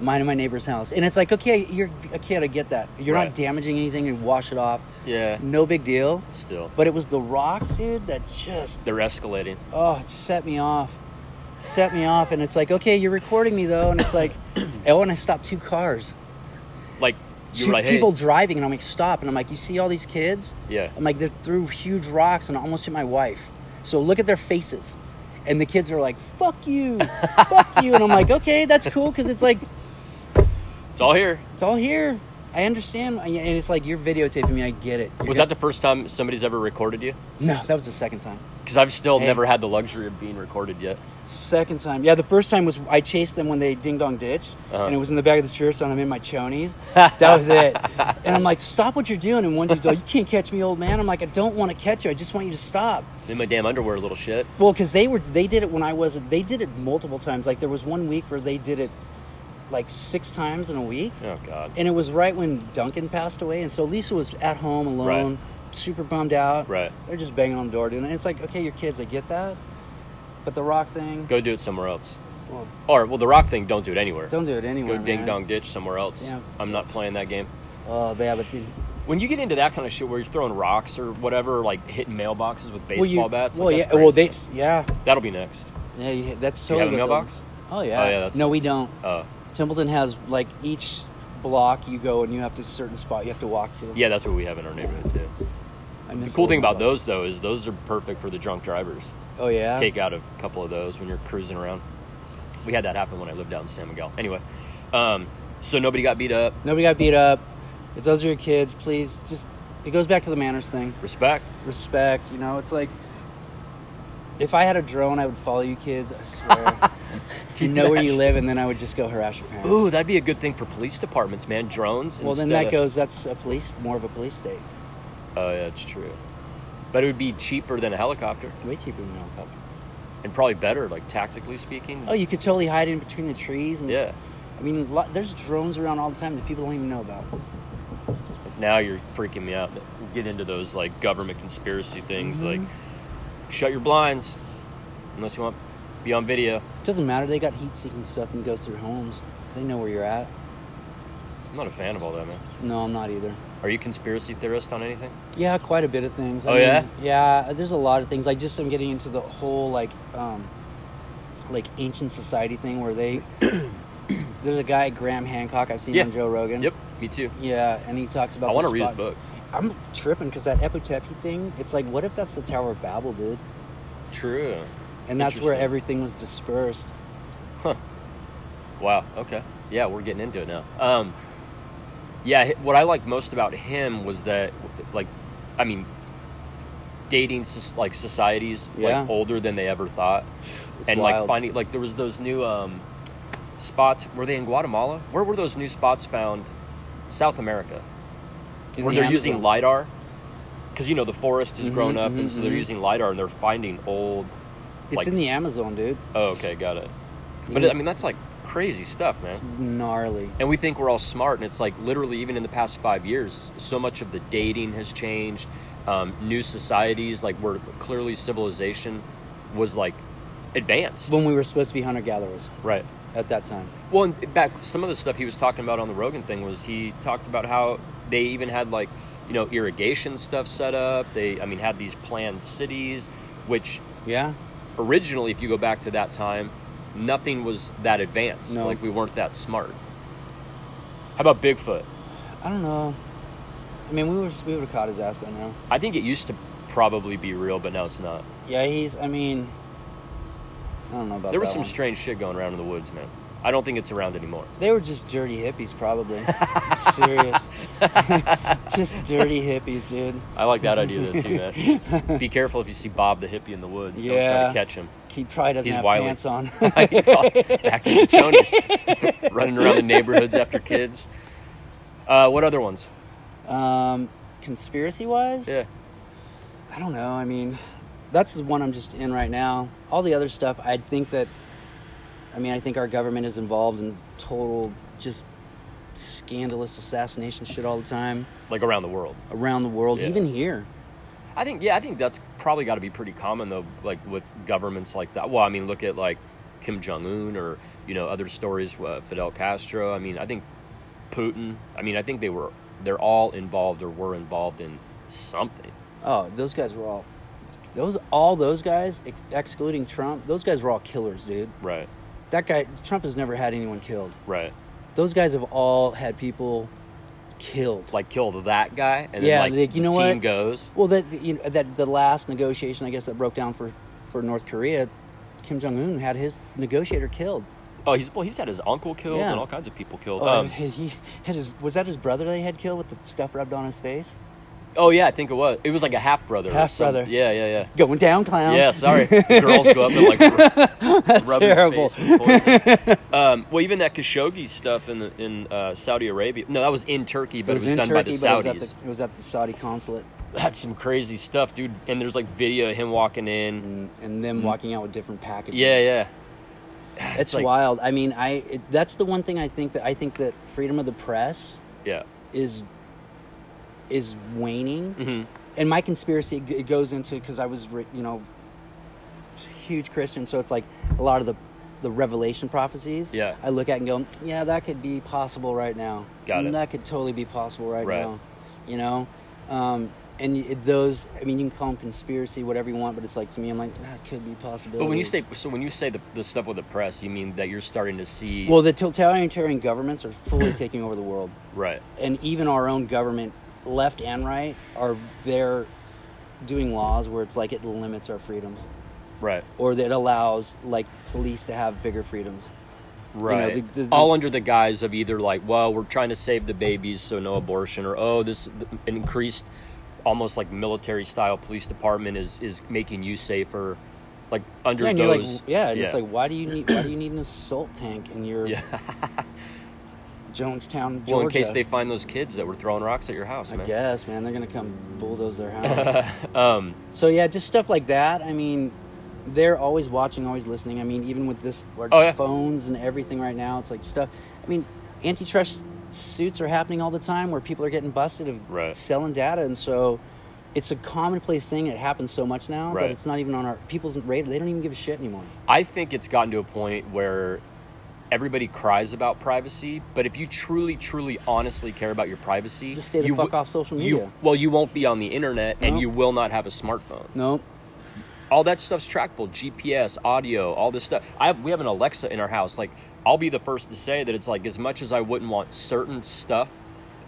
[SPEAKER 2] mine and my neighbor's house. And it's like, okay, you're a kid, I get that. You're
[SPEAKER 1] Right.
[SPEAKER 2] not damaging anything and wash it off.
[SPEAKER 1] Yeah.
[SPEAKER 2] No big deal.
[SPEAKER 1] Still,
[SPEAKER 2] But it was the rocks, dude, that just,
[SPEAKER 1] they're escalating.
[SPEAKER 2] oh, it set me off. Set me off. And it's like, okay, you're recording me though. And it's like, oh, and I stopped two cars.
[SPEAKER 1] Like you
[SPEAKER 2] two
[SPEAKER 1] were like, hey,
[SPEAKER 2] people driving. And I'm like, stop. And I'm like, you see all these kids?
[SPEAKER 1] yeah,
[SPEAKER 2] I'm like, they threw huge rocks and almost hit my wife. So look at their faces. And the kids are like, fuck you, fuck you. And I'm like, okay, that's cool because it's like,
[SPEAKER 1] it's all here.
[SPEAKER 2] it's all here. I understand. And it's like, you're videotaping me. I get it. You're
[SPEAKER 1] Was
[SPEAKER 2] gonna-
[SPEAKER 1] that the first time somebody's ever recorded you?
[SPEAKER 2] No, that was the second time.
[SPEAKER 1] Because I've still
[SPEAKER 2] Hey.
[SPEAKER 1] never had the luxury of being recorded yet.
[SPEAKER 2] Second time. Yeah, the first time was I chased them when they ding dong ditched,
[SPEAKER 1] Uh-huh.
[SPEAKER 2] and it was in the back of the church, and I'm in my chonies. That was it. and I'm like, stop what you're doing. And one dude's like, you can't catch me, old man. I'm like, I don't want to catch you. I just want you to stop.
[SPEAKER 1] In my damn underwear, little shit.
[SPEAKER 2] Well, because they were they did it when I wasn't. They did it multiple times. Like there was one week where they did it like six times in a week,
[SPEAKER 1] Oh God.
[SPEAKER 2] and it was right when Duncan passed away, and so Lisa was at home alone, super bummed out.
[SPEAKER 1] Right.
[SPEAKER 2] They're just banging on the door, dude. And it's like, okay, your kids, I get that, but the rock thing,
[SPEAKER 1] Go do it somewhere else.
[SPEAKER 2] well,
[SPEAKER 1] Or well, the rock thing, don't do it anywhere.
[SPEAKER 2] don't do it anyway.
[SPEAKER 1] Go ding
[SPEAKER 2] man.
[SPEAKER 1] dong ditch somewhere else.
[SPEAKER 2] Yeah.
[SPEAKER 1] I'm not playing that game.
[SPEAKER 2] Oh, yeah, but the-
[SPEAKER 1] When you get into that kind of shit where you're throwing rocks or whatever, like hitting mailboxes with baseball
[SPEAKER 2] well, you,
[SPEAKER 1] bats,
[SPEAKER 2] Well,
[SPEAKER 1] like,
[SPEAKER 2] yeah.
[SPEAKER 1] that's
[SPEAKER 2] Well, they,
[SPEAKER 1] crazy.
[SPEAKER 2] yeah,
[SPEAKER 1] that'll be next.
[SPEAKER 2] yeah. You, that's
[SPEAKER 1] Do you
[SPEAKER 2] totally
[SPEAKER 1] have a
[SPEAKER 2] what they'll-
[SPEAKER 1] mailbox?
[SPEAKER 2] Oh yeah.
[SPEAKER 1] Oh, yeah, that's
[SPEAKER 2] no, we
[SPEAKER 1] nice.
[SPEAKER 2] don't.
[SPEAKER 1] Uh,
[SPEAKER 2] Templeton has like each block you go and you have to certain spot you have to walk to.
[SPEAKER 1] yeah, that's what we have in our neighborhood too.
[SPEAKER 2] I
[SPEAKER 1] The
[SPEAKER 2] miss
[SPEAKER 1] cool
[SPEAKER 2] old
[SPEAKER 1] thing about
[SPEAKER 2] mailboxes.
[SPEAKER 1] those though is those are perfect for the drunk drivers.
[SPEAKER 2] Oh yeah.
[SPEAKER 1] Take out a couple of those when you're cruising around. We had that happen when I lived out in San Miguel. Anyway, um, so nobody got beat up.
[SPEAKER 2] Nobody got beat up. If those are your kids, please just. It goes back to the manners thing.
[SPEAKER 1] Respect.
[SPEAKER 2] Respect. You know, it's like. If I had a drone, I would follow you kids. I swear. you know where you
[SPEAKER 1] Imagine.
[SPEAKER 2] live, and then I would just go harass your parents.
[SPEAKER 1] Ooh, that'd be a good thing for police departments, man. Drones.
[SPEAKER 2] well, then
[SPEAKER 1] instead
[SPEAKER 2] that
[SPEAKER 1] of-
[SPEAKER 2] goes. That's a police, more of a police state.
[SPEAKER 1] Oh yeah, it's true. But it would be cheaper than a helicopter,
[SPEAKER 2] Way cheaper than a helicopter.
[SPEAKER 1] and probably better, like tactically speaking.
[SPEAKER 2] Oh, you could totally hide in between the trees. And,
[SPEAKER 1] yeah.
[SPEAKER 2] I mean, lo- there's drones around all the time that people don't even know about.
[SPEAKER 1] Now you're freaking me out. Get into those like government conspiracy things, like
[SPEAKER 2] Mm-hmm.
[SPEAKER 1] shut your blinds unless you want to be on video.
[SPEAKER 2] It doesn't matter. They got heat-seeking stuff and goes through homes. They know where you're at.
[SPEAKER 1] I'm not a fan of all that, man.
[SPEAKER 2] No, I'm not either.
[SPEAKER 1] Are you a conspiracy theorist on anything?
[SPEAKER 2] Yeah, quite a bit of things.
[SPEAKER 1] Oh, yeah?
[SPEAKER 2] yeah. There's a lot of things. I just am getting into the whole like, um, like ancient society thing where they. there's a guy Graham Hancock I've seen
[SPEAKER 1] Yeah.
[SPEAKER 2] on Joe Rogan.
[SPEAKER 1] Yep, me too.
[SPEAKER 2] Yeah, and he talks about.
[SPEAKER 1] I want
[SPEAKER 2] the
[SPEAKER 1] to read his
[SPEAKER 2] spot-
[SPEAKER 1] book.
[SPEAKER 2] I'm tripping because that Epitaphy thing. It's like, what if that's the Tower of Babel, dude?
[SPEAKER 1] True.
[SPEAKER 2] And that's where
[SPEAKER 1] Interesting.
[SPEAKER 2] everything was dispersed.
[SPEAKER 1] Huh. Wow. Okay. Yeah, we're getting into it now. Um, yeah, hi- what I liked most about him was that, like, I mean, dating soc- like societies
[SPEAKER 2] Yeah.
[SPEAKER 1] like older than they ever thought,
[SPEAKER 2] It's
[SPEAKER 1] and like
[SPEAKER 2] wild.
[SPEAKER 1] finding like there was those new um, spots. Were they in Guatemala? Where were those new spots found? South America,
[SPEAKER 2] In
[SPEAKER 1] where
[SPEAKER 2] the
[SPEAKER 1] they're
[SPEAKER 2] Amazon.
[SPEAKER 1] using lidar, because you know the forest has
[SPEAKER 2] Mhm,
[SPEAKER 1] grown up, and
[SPEAKER 2] mhm,
[SPEAKER 1] so they're
[SPEAKER 2] mhm.
[SPEAKER 1] using lidar and they're finding old.
[SPEAKER 2] It's
[SPEAKER 1] like,
[SPEAKER 2] in the
[SPEAKER 1] s-
[SPEAKER 2] Amazon, dude.
[SPEAKER 1] Oh, okay, got it. But
[SPEAKER 2] Yeah.
[SPEAKER 1] I mean, that's like crazy stuff, man.
[SPEAKER 2] It's gnarly.
[SPEAKER 1] and we think we're all smart and it's like literally even in the past five years so much of the dating has changed um, new societies like we're clearly civilization was like advanced
[SPEAKER 2] When we were supposed to be hunter gatherers
[SPEAKER 1] right
[SPEAKER 2] at that time.
[SPEAKER 1] well and back some of the stuff he was talking about on the rogan thing was he talked about how they even had like you know irrigation stuff set up they i mean had these planned cities which
[SPEAKER 2] Yeah.
[SPEAKER 1] originally if you go back to that time nothing was that advanced
[SPEAKER 2] No.
[SPEAKER 1] like we weren't that smart how about bigfoot
[SPEAKER 2] I don't know. I mean, we was we would have caught his ass by now.
[SPEAKER 1] I think it used to probably be real, but now it's not.
[SPEAKER 2] Yeah, he's. I mean, I don't know about.
[SPEAKER 1] There was
[SPEAKER 2] that
[SPEAKER 1] some
[SPEAKER 2] one.
[SPEAKER 1] strange shit going around in the woods, man. I don't think it's around anymore.
[SPEAKER 2] They were just dirty hippies, probably. I'm serious. just dirty hippies, dude.
[SPEAKER 1] I like that idea though, too, man. Be careful if you see Bob the hippie in the woods.
[SPEAKER 2] Yeah.
[SPEAKER 1] Don't try to catch him.
[SPEAKER 2] He probably doesn't
[SPEAKER 1] He's
[SPEAKER 2] have
[SPEAKER 1] wily.
[SPEAKER 2] pants on.
[SPEAKER 1] Acting the Jonas, running around the neighborhoods after kids. Uh, what other ones?
[SPEAKER 2] um, conspiracy wise,
[SPEAKER 1] Yeah,
[SPEAKER 2] I don't know. I mean, that's the one I'm just in right now. All the other stuff, I think that, I mean, I think our government is involved in total just scandalous assassination shit all the time
[SPEAKER 1] like around the world.
[SPEAKER 2] around the world,
[SPEAKER 1] Yeah.
[SPEAKER 2] even here.
[SPEAKER 1] I think yeah, I think that's probably got to be pretty common though, like with governments like that. Well, I mean, look at like Kim Jong Un or you know other stories, uh, Fidel Castro. I mean, I think Putin. I mean, I think they were they're all involved or were involved in something.
[SPEAKER 2] Oh, those guys were all, those all those guys, ex- excluding Trump, those guys were all killers, dude.
[SPEAKER 1] Right,
[SPEAKER 2] That guy, Trump has never had anyone killed.
[SPEAKER 1] right.
[SPEAKER 2] Those guys have all had people killed.
[SPEAKER 1] Like kill that guy, and
[SPEAKER 2] Yeah,
[SPEAKER 1] then, like
[SPEAKER 2] like, you know
[SPEAKER 1] the team
[SPEAKER 2] what?
[SPEAKER 1] goes.
[SPEAKER 2] Well, that you know, that the last negotiation, I guess, that broke down for, for North Korea, Kim Jong Un had his negotiator killed.
[SPEAKER 1] Oh, he's well, he's had his uncle killed
[SPEAKER 2] Yeah.
[SPEAKER 1] and all kinds of people killed.
[SPEAKER 2] Oh,
[SPEAKER 1] um,
[SPEAKER 2] he, he had his was that his brother they had killed with the stuff rubbed on his face?
[SPEAKER 1] oh yeah, I think it was. It was like a half brother.
[SPEAKER 2] Half-brother.
[SPEAKER 1] Yeah, yeah, yeah.
[SPEAKER 2] Going down, clown.
[SPEAKER 1] Yeah, sorry. The girls go up and like r- rub
[SPEAKER 2] terrible.
[SPEAKER 1] his face with poison. um, well, even that Khashoggi stuff in the, in uh, Saudi Arabia. No, that was in Turkey, but it was,
[SPEAKER 2] in
[SPEAKER 1] done by the
[SPEAKER 2] but
[SPEAKER 1] Saudis.
[SPEAKER 2] It was, at the, it was at the Saudi consulate,
[SPEAKER 1] That's some crazy stuff, dude. And there's like video of him walking in.
[SPEAKER 2] and, and them walking out with different packages.
[SPEAKER 1] Mm-hmm. Yeah, yeah.
[SPEAKER 2] It's
[SPEAKER 1] like-
[SPEAKER 2] wild. I mean, I it, that's the one thing I think that I think that freedom of the press
[SPEAKER 1] Yeah.
[SPEAKER 2] is is waning.
[SPEAKER 1] hmm
[SPEAKER 2] and my conspiracy g- it goes into because I was re- you know huge Christian, so it's like a lot of the the Revelation prophecies.
[SPEAKER 1] Yeah.
[SPEAKER 2] I look at and go, yeah, that could be possible right now.
[SPEAKER 1] Got it.
[SPEAKER 2] That could totally be possible right,
[SPEAKER 1] Right.
[SPEAKER 2] now. You know, um, and y- those. I mean, you can call them conspiracy, whatever you want, but it's like to me, I'm like that could be possible.
[SPEAKER 1] But when you say so, when you say the, the stuff with the press, you mean that you're starting to see
[SPEAKER 2] well, the totalitarian governments are fully taking over the world.
[SPEAKER 1] right.
[SPEAKER 2] and even our own government, left and right, are they're doing laws where it's like it limits our freedoms,
[SPEAKER 1] Right,
[SPEAKER 2] or that it allows like police to have bigger freedoms.
[SPEAKER 1] right.
[SPEAKER 2] the- the-
[SPEAKER 1] All under the guise of either like, well, we're trying to save the babies, so no abortion, or oh, this th- increased, almost like military style police department is is making you safer, like under
[SPEAKER 2] and you're
[SPEAKER 1] those.
[SPEAKER 2] like, yeah, and it's like, why do you need why do you need an assault tank in your
[SPEAKER 1] Yeah.
[SPEAKER 2] Jonestown, Georgia?
[SPEAKER 1] well, in case they find those kids that were throwing rocks at your house,
[SPEAKER 2] I
[SPEAKER 1] man.
[SPEAKER 2] guess, man, they're gonna come bulldoze their house.
[SPEAKER 1] Um,
[SPEAKER 2] so yeah, just stuff like that. I mean. They're always watching, always listening. I mean, even with this, our
[SPEAKER 1] Oh, yeah.
[SPEAKER 2] phones and everything right now, it's like stuff. I mean, antitrust suits are happening all the time where people are getting busted of
[SPEAKER 1] Right.
[SPEAKER 2] selling data, and so it's a commonplace thing. It happens so much now
[SPEAKER 1] Right.
[SPEAKER 2] that it's not even on our people's radar. They don't even give a shit anymore.
[SPEAKER 1] I think it's gotten to a point where everybody cries about privacy, but if you truly, truly, honestly care about your privacy,
[SPEAKER 2] Just stay the
[SPEAKER 1] you
[SPEAKER 2] fuck
[SPEAKER 1] w-
[SPEAKER 2] off social
[SPEAKER 1] you-
[SPEAKER 2] media.
[SPEAKER 1] well, you won't be on the internet, and
[SPEAKER 2] No.
[SPEAKER 1] you will not have a smartphone.
[SPEAKER 2] No,
[SPEAKER 1] all that stuff's trackable gps audio all this stuff I have, we have an alexa in our house like i'll be the first to say that it's like as much as i wouldn't want certain stuff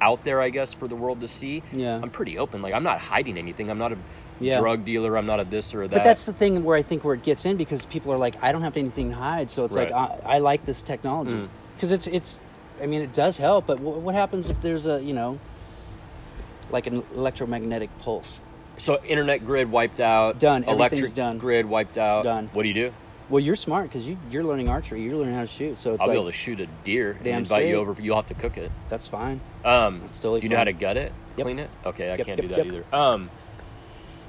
[SPEAKER 1] out there i guess for the world to see
[SPEAKER 2] Yeah.
[SPEAKER 1] i'm pretty open like i'm not hiding anything i'm not a
[SPEAKER 2] Yeah.
[SPEAKER 1] drug dealer i'm not a this or a that
[SPEAKER 2] But that's the thing where I think where it gets in because people are like, I don't have anything to hide, so it's
[SPEAKER 1] Right. Mm.
[SPEAKER 2] like I, I like this technology because it's it's, I mean, it does help. But w- what happens if there's a you know, like an electromagnetic pulse?
[SPEAKER 1] so internet grid wiped out
[SPEAKER 2] Done.
[SPEAKER 1] electric
[SPEAKER 2] Everything's done.
[SPEAKER 1] grid wiped out
[SPEAKER 2] Done.
[SPEAKER 1] what do you do
[SPEAKER 2] Well, you're smart because you you're learning archery, you're learning how to shoot, so it's
[SPEAKER 1] i'll
[SPEAKER 2] like
[SPEAKER 1] be able to shoot a deer and
[SPEAKER 2] Damn
[SPEAKER 1] invite you
[SPEAKER 2] straight.
[SPEAKER 1] over you'll have to cook it
[SPEAKER 2] that's fine.
[SPEAKER 1] Um,
[SPEAKER 2] It's totally
[SPEAKER 1] do you know how to
[SPEAKER 2] fine.
[SPEAKER 1] gut it,
[SPEAKER 2] Yep.
[SPEAKER 1] clean it? Okay, I
[SPEAKER 2] Yep,
[SPEAKER 1] can't do
[SPEAKER 2] yep,
[SPEAKER 1] that
[SPEAKER 2] yep.
[SPEAKER 1] either. Um,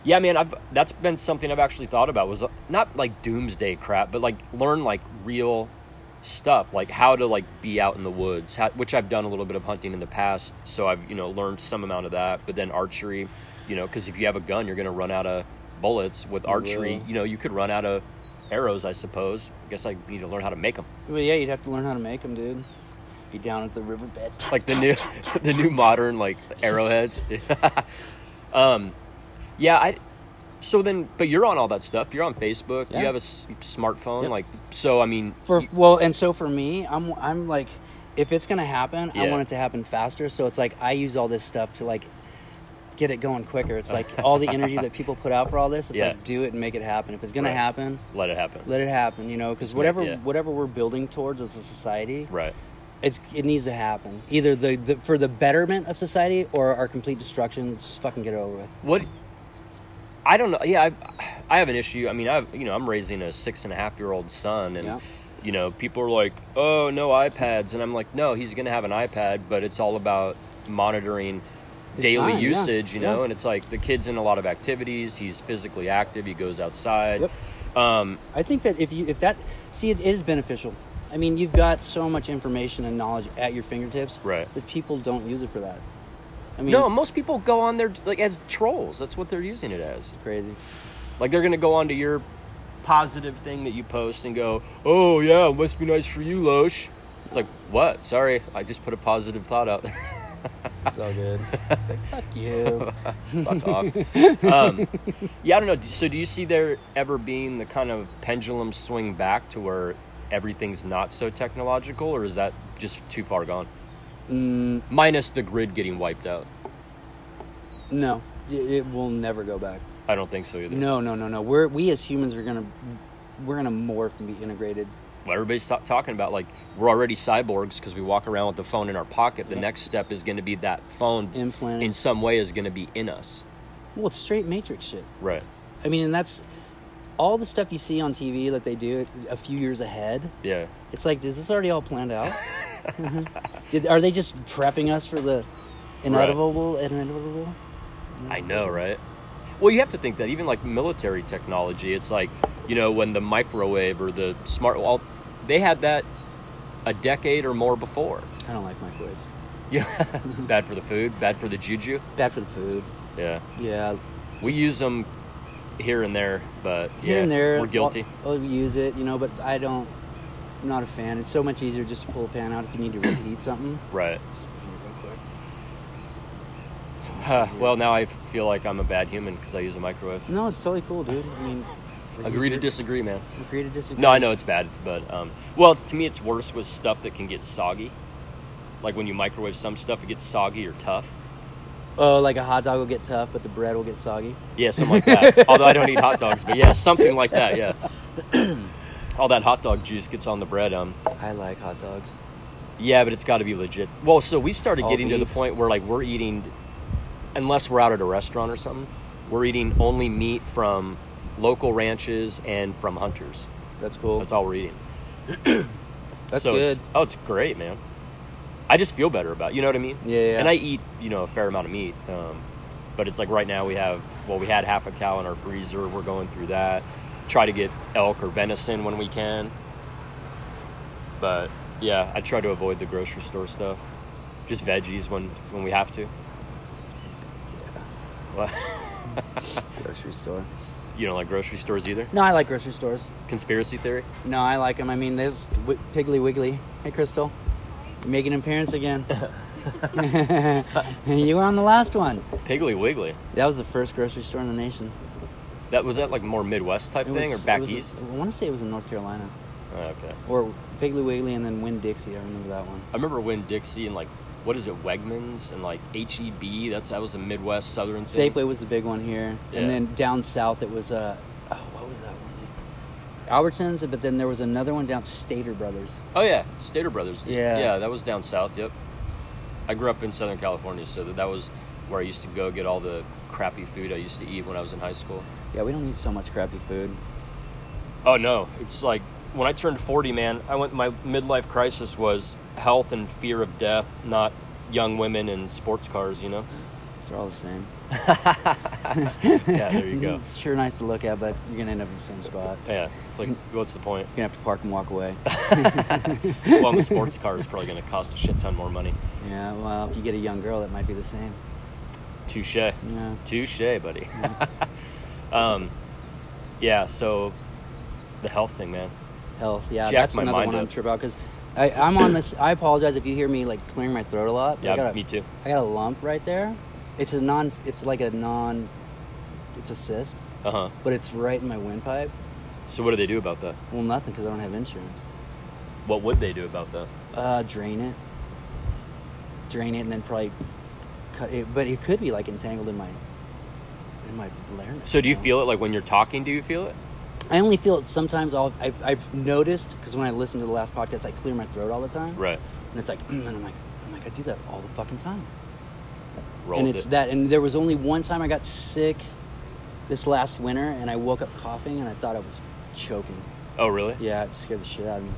[SPEAKER 1] yeah, man, I've that's been something I've actually thought about was uh, not like doomsday crap, but like learn like real stuff, like how to like be out in the woods, how, which I've done a little bit of hunting in the past, so I've you know learned some amount of that. But then archery, you know, because if you have a gun, you're gonna run out of bullets. With archery,
[SPEAKER 2] will.
[SPEAKER 1] you know, you could run out of arrows, I suppose. I guess I need to learn how to make them.
[SPEAKER 2] Well, yeah, you'd have to learn how to make them, dude. Be down at the riverbed.
[SPEAKER 1] like the new the new modern like arrowheads um yeah i so then but you're on all that stuff you're on facebook you
[SPEAKER 2] Yeah.
[SPEAKER 1] have a s- smartphone
[SPEAKER 2] Yep.
[SPEAKER 1] like so i mean
[SPEAKER 2] for well, and so for me, I'm I'm like, if it's gonna happen, I
[SPEAKER 1] Yeah.
[SPEAKER 2] want it to happen faster. So it's like I use all this stuff to like get it going quicker. It's like all the energy that people put out for all this. It's
[SPEAKER 1] Yeah.
[SPEAKER 2] like do it and make it happen. If it's gonna
[SPEAKER 1] Right.
[SPEAKER 2] happen,
[SPEAKER 1] Let it happen.
[SPEAKER 2] let it happen. You know, because
[SPEAKER 1] Yeah,
[SPEAKER 2] whatever
[SPEAKER 1] yeah.
[SPEAKER 2] whatever we're building towards as a society,
[SPEAKER 1] right.
[SPEAKER 2] it's it needs to happen. Either the, the for the betterment of society or our complete destruction. Just fucking get it over with.
[SPEAKER 1] What? I don't know. Yeah, I, I have an issue. I mean, I've you know I'm raising a six and a half year old son, and
[SPEAKER 2] Yeah.
[SPEAKER 1] you know people are like, oh no iPads, and I'm like, no, he's gonna have an iPad, but it's all about monitoring
[SPEAKER 2] His
[SPEAKER 1] daily
[SPEAKER 2] time, yeah.
[SPEAKER 1] usage, you know.
[SPEAKER 2] Yeah.
[SPEAKER 1] And it's like the kid's in a lot of activities. He's physically active. He goes outside.
[SPEAKER 2] Yep.
[SPEAKER 1] Um,
[SPEAKER 2] I think that if you if that see it is beneficial. I mean, you've got so much information and knowledge at your fingertips,
[SPEAKER 1] Right.
[SPEAKER 2] But people don't use it for that. I mean,
[SPEAKER 1] no, most people go on there like as trolls. That's what they're using it as.
[SPEAKER 2] crazy.
[SPEAKER 1] Like they're gonna go onto your positive thing that you post and go, "Oh yeah, it must be nice for you, Loesch." It's like, what? Sorry, I just put a positive thought out there.
[SPEAKER 2] It's all good. It's like, fuck you.
[SPEAKER 1] Fuck off. Um, yeah, I don't know. Do- So, do you see there ever being the kind of pendulum swing back to where everything's not so technological, or is that just too far gone?
[SPEAKER 2] Mm,
[SPEAKER 1] Minus the grid getting wiped out.
[SPEAKER 2] no, it, it will never go back.
[SPEAKER 1] I don't think so either.
[SPEAKER 2] No, no, no, no. We're we as humans are gonna we're gonna morph and be integrated.
[SPEAKER 1] Well, everybody's ta- talking about like we're already cyborgs because we walk around with the phone in our pocket. The
[SPEAKER 2] Yeah.
[SPEAKER 1] next step is going to be that phone
[SPEAKER 2] Implanted.
[SPEAKER 1] in some way is going to be in us.
[SPEAKER 2] Well, it's straight Matrix shit.
[SPEAKER 1] Right.
[SPEAKER 2] I mean, and that's all the stuff you see on TV that they do a few years ahead.
[SPEAKER 1] Yeah.
[SPEAKER 2] It's like, is this already all planned out? Mhm. Did, are they just prepping us for the inevitable? Inevitable?
[SPEAKER 1] I know, right? Well, you have to think that even like military technology, it's like, you know, when the microwave or the smart well, they had that a decade or more before.
[SPEAKER 2] I don't like microwaves.
[SPEAKER 1] Yeah. bad for the food, bad for the juju.
[SPEAKER 2] Bad for the food.
[SPEAKER 1] Yeah.
[SPEAKER 2] Yeah,
[SPEAKER 1] We use them here and there, but
[SPEAKER 2] here
[SPEAKER 1] yeah,
[SPEAKER 2] and there.
[SPEAKER 1] we're guilty.
[SPEAKER 2] I'll, I'll use it, you know, but I don't. I'm not a fan. It's so much easier just to pull a pan out if you need to reheat something.
[SPEAKER 1] right.
[SPEAKER 2] Just heat it real quick.
[SPEAKER 1] Uh, well, now I feel like I'm a bad human because I use a microwave.
[SPEAKER 2] No, it's totally cool, dude. I mean,
[SPEAKER 1] Agree to
[SPEAKER 2] disagree.
[SPEAKER 1] disagree, man.
[SPEAKER 2] Agree to disagree.
[SPEAKER 1] No, I know it's bad, but um, well, it's, to me, it's worse with stuff that can get soggy. Like when you microwave some stuff, it gets soggy or tough.
[SPEAKER 2] Oh, like a hot dog will get tough, but the bread will get soggy.
[SPEAKER 1] Yeah, something like that. Although I don't eat hot dogs, but yeah, something like that. Yeah, all that hot dog juice gets on the bread. Um,
[SPEAKER 2] I like hot dogs.
[SPEAKER 1] yeah, but it's got to be legit. Well, so we started
[SPEAKER 2] All
[SPEAKER 1] getting to the
[SPEAKER 2] beef.
[SPEAKER 1] point where like we're eating, unless we're out at a restaurant or something, we're eating only meat from local ranches and from hunters.
[SPEAKER 2] That's cool.
[SPEAKER 1] That's all we're eating.
[SPEAKER 2] That's
[SPEAKER 1] so
[SPEAKER 2] good.
[SPEAKER 1] It's, oh, it's great, man. I just feel better about. It, you know what I mean?
[SPEAKER 2] Yeah, yeah.
[SPEAKER 1] And I eat you know a fair amount of meat, um, but it's like right now we have well we had half a cow in our freezer. We're going through that. Try to get elk or venison when we can. But yeah, I try to avoid the grocery store stuff. Just veggies when when we have to. Well,
[SPEAKER 2] grocery store.
[SPEAKER 1] you don't like grocery stores either.
[SPEAKER 2] No, I like grocery stores.
[SPEAKER 1] Conspiracy theory.
[SPEAKER 2] No, I like them. I mean, there's w- Piggly Wiggly. Hey, Crystal. You're making an appearance again. you were on the last one.
[SPEAKER 1] Piggly Wiggly.
[SPEAKER 2] That was the first grocery store in the nation.
[SPEAKER 1] That was that like more Midwest type
[SPEAKER 2] It
[SPEAKER 1] thing
[SPEAKER 2] was-
[SPEAKER 1] or back
[SPEAKER 2] it was-
[SPEAKER 1] east?
[SPEAKER 2] I want to say it was in North Carolina.
[SPEAKER 1] Oh, okay.
[SPEAKER 2] Or Piggly Wiggly and then Winn Dixie. I remember that one.
[SPEAKER 1] I remember when Dixie and like what is it Wegmans and like HEB. That's that was a Midwest Southern thing.
[SPEAKER 2] Safeway was the big one here,
[SPEAKER 1] Yeah.
[SPEAKER 2] and then down south it was uh, oh, what was that one? Albertsons, but then there was another one down Stater Brothers.
[SPEAKER 1] Oh yeah, Stater Brothers.
[SPEAKER 2] Yeah.
[SPEAKER 1] yeah, that was down south. Yep. I grew up in Southern California, so that, that was where I used to go get all the crappy food I used to eat when I was in high school.
[SPEAKER 2] Yeah, we don't eat so much crappy food.
[SPEAKER 1] Oh no, it's like when I turned forty, man. I went. My midlife crisis was health and fear of death, not young women and sports cars. You know.
[SPEAKER 2] It's all the same.
[SPEAKER 1] Yeah, there you go.
[SPEAKER 2] It's sure nice to look at, but you're gonna end up in the same spot. You're
[SPEAKER 1] Yeah, it's like what's the point?
[SPEAKER 2] gonna have to park and walk away.
[SPEAKER 1] Well, the sports car is probably going to cost a shit ton more money.
[SPEAKER 2] yeah, well, if you get a young girl, it might be the same.
[SPEAKER 1] Touche.
[SPEAKER 2] Yeah.
[SPEAKER 1] Touche, buddy.
[SPEAKER 2] Mm-hmm.
[SPEAKER 1] um, yeah, so the health thing, man.
[SPEAKER 2] Health. Yeah,
[SPEAKER 1] Jacked
[SPEAKER 2] that's
[SPEAKER 1] my
[SPEAKER 2] another
[SPEAKER 1] mind
[SPEAKER 2] one I'm
[SPEAKER 1] up.
[SPEAKER 2] tripping about because I'm on this. I apologize if you hear me like clearing my throat a lot. but I
[SPEAKER 1] Yeah,
[SPEAKER 2] gotta-
[SPEAKER 1] me too.
[SPEAKER 2] I got a lump right there. It's a non. It's like a non. It's a cyst,
[SPEAKER 1] Uh huh.
[SPEAKER 2] but it's right in my windpipe.
[SPEAKER 1] So what do they do about that?
[SPEAKER 2] Well, nothing because I don't have insurance.
[SPEAKER 1] What would they do about that?
[SPEAKER 2] Uh, drain it. Drain it and then probably cut it, but it could be like entangled in my in my larynx.
[SPEAKER 1] So do you
[SPEAKER 2] know?
[SPEAKER 1] feel it like when you're talking? Do you feel it?
[SPEAKER 2] I only feel it sometimes. I'll, I've, I've noticed because when I listen to the last podcast, I clear my throat all the time,
[SPEAKER 1] Right.
[SPEAKER 2] and it's like, and I'm like, I'm like, I do that all the fucking time,
[SPEAKER 1] Rolled
[SPEAKER 2] and it's
[SPEAKER 1] it.
[SPEAKER 2] that. And there was only one time I got sick this last winter, and I woke up coughing, and I thought I was choking.
[SPEAKER 1] Oh really?
[SPEAKER 2] Yeah, it scared the shit out of me.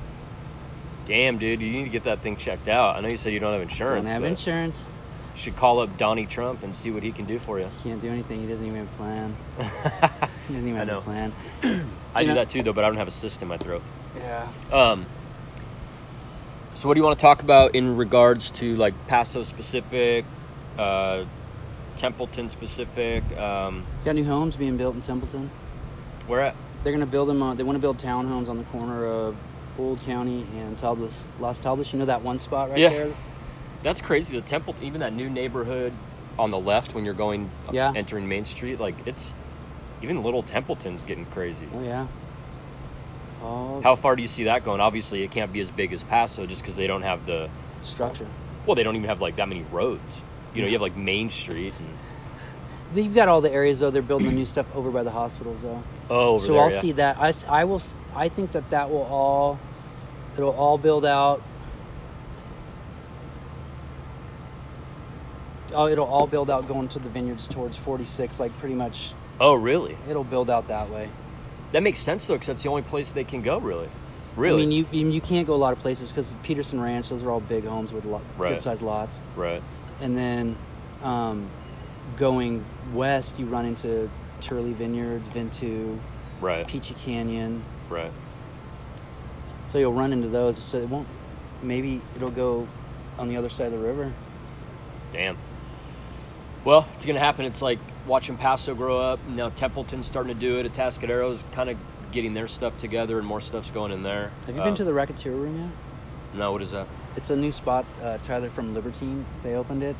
[SPEAKER 1] Damn, dude, you need to get that thing checked out. I know you said you don't have insurance.
[SPEAKER 2] Don't have
[SPEAKER 1] but
[SPEAKER 2] insurance.
[SPEAKER 1] you Should call up Donnie Trump and see what he can do for you.
[SPEAKER 2] Can't do anything. He doesn't even have a plan. he doesn't even
[SPEAKER 1] I
[SPEAKER 2] have
[SPEAKER 1] know.
[SPEAKER 2] a plan.
[SPEAKER 1] I do
[SPEAKER 2] You know-
[SPEAKER 1] that too, though, but I don't have a cyst in my throat.
[SPEAKER 2] Yeah.
[SPEAKER 1] Um, so, what do you want to talk about in regards to like Paso specific, uh, Templeton specific? Um,
[SPEAKER 2] Got new homes being built in Templeton.
[SPEAKER 1] where at?
[SPEAKER 2] They're gonna build them. On, they want to build townhomes on the corner of Old County and Toblis, Las Toblis. You know that one spot right
[SPEAKER 1] Yeah.
[SPEAKER 2] there.
[SPEAKER 1] That's crazy. The Temple, even that new neighborhood on the left when you're going
[SPEAKER 2] Yeah.
[SPEAKER 1] entering Main Street, like it's even Little Templeton's getting crazy.
[SPEAKER 2] Oh yeah. All
[SPEAKER 1] How far do you see that going? Obviously, it can't be as big as Paso just because they don't have the
[SPEAKER 2] structure.
[SPEAKER 1] well, they don't even have like that many roads. You know, you have like Main Street and
[SPEAKER 2] You've got all the areas though. They're building the new stuff over by the hospitals though.
[SPEAKER 1] oh, over
[SPEAKER 2] so
[SPEAKER 1] there,
[SPEAKER 2] I'll
[SPEAKER 1] yeah.
[SPEAKER 2] see that. I, s- I will. s- I think that that will all. It'll all build out. Oh, it'll all build out going to the vineyards towards 46. Like pretty much,
[SPEAKER 1] Oh, really?
[SPEAKER 2] it'll build out that way.
[SPEAKER 1] That makes sense though, because that's the only place they can go, really. Really?
[SPEAKER 2] I mean, you you- you can't go a lot of places because Peterson Ranch. Those are all big homes with lot,
[SPEAKER 1] Right.
[SPEAKER 2] good sized lots.
[SPEAKER 1] right.
[SPEAKER 2] and then um, going west, you run into Turley Vineyards, Ventu,
[SPEAKER 1] Right.
[SPEAKER 2] Peachy Canyon.
[SPEAKER 1] Right.
[SPEAKER 2] So you'll run into those. So it won't. Maybe it'll go on the other side of the river.
[SPEAKER 1] Damn. Well, it's gonna happen. It's like watching Paso grow up. Now Templeton's starting to do it. Atascadero's kind of getting their stuff together, and more stuff's going in there. Uh,
[SPEAKER 2] Have you been to the Racketeer Room
[SPEAKER 1] No, what is that?
[SPEAKER 2] yet? It's a new spot. Uh, Tyler from Libertine. They opened it.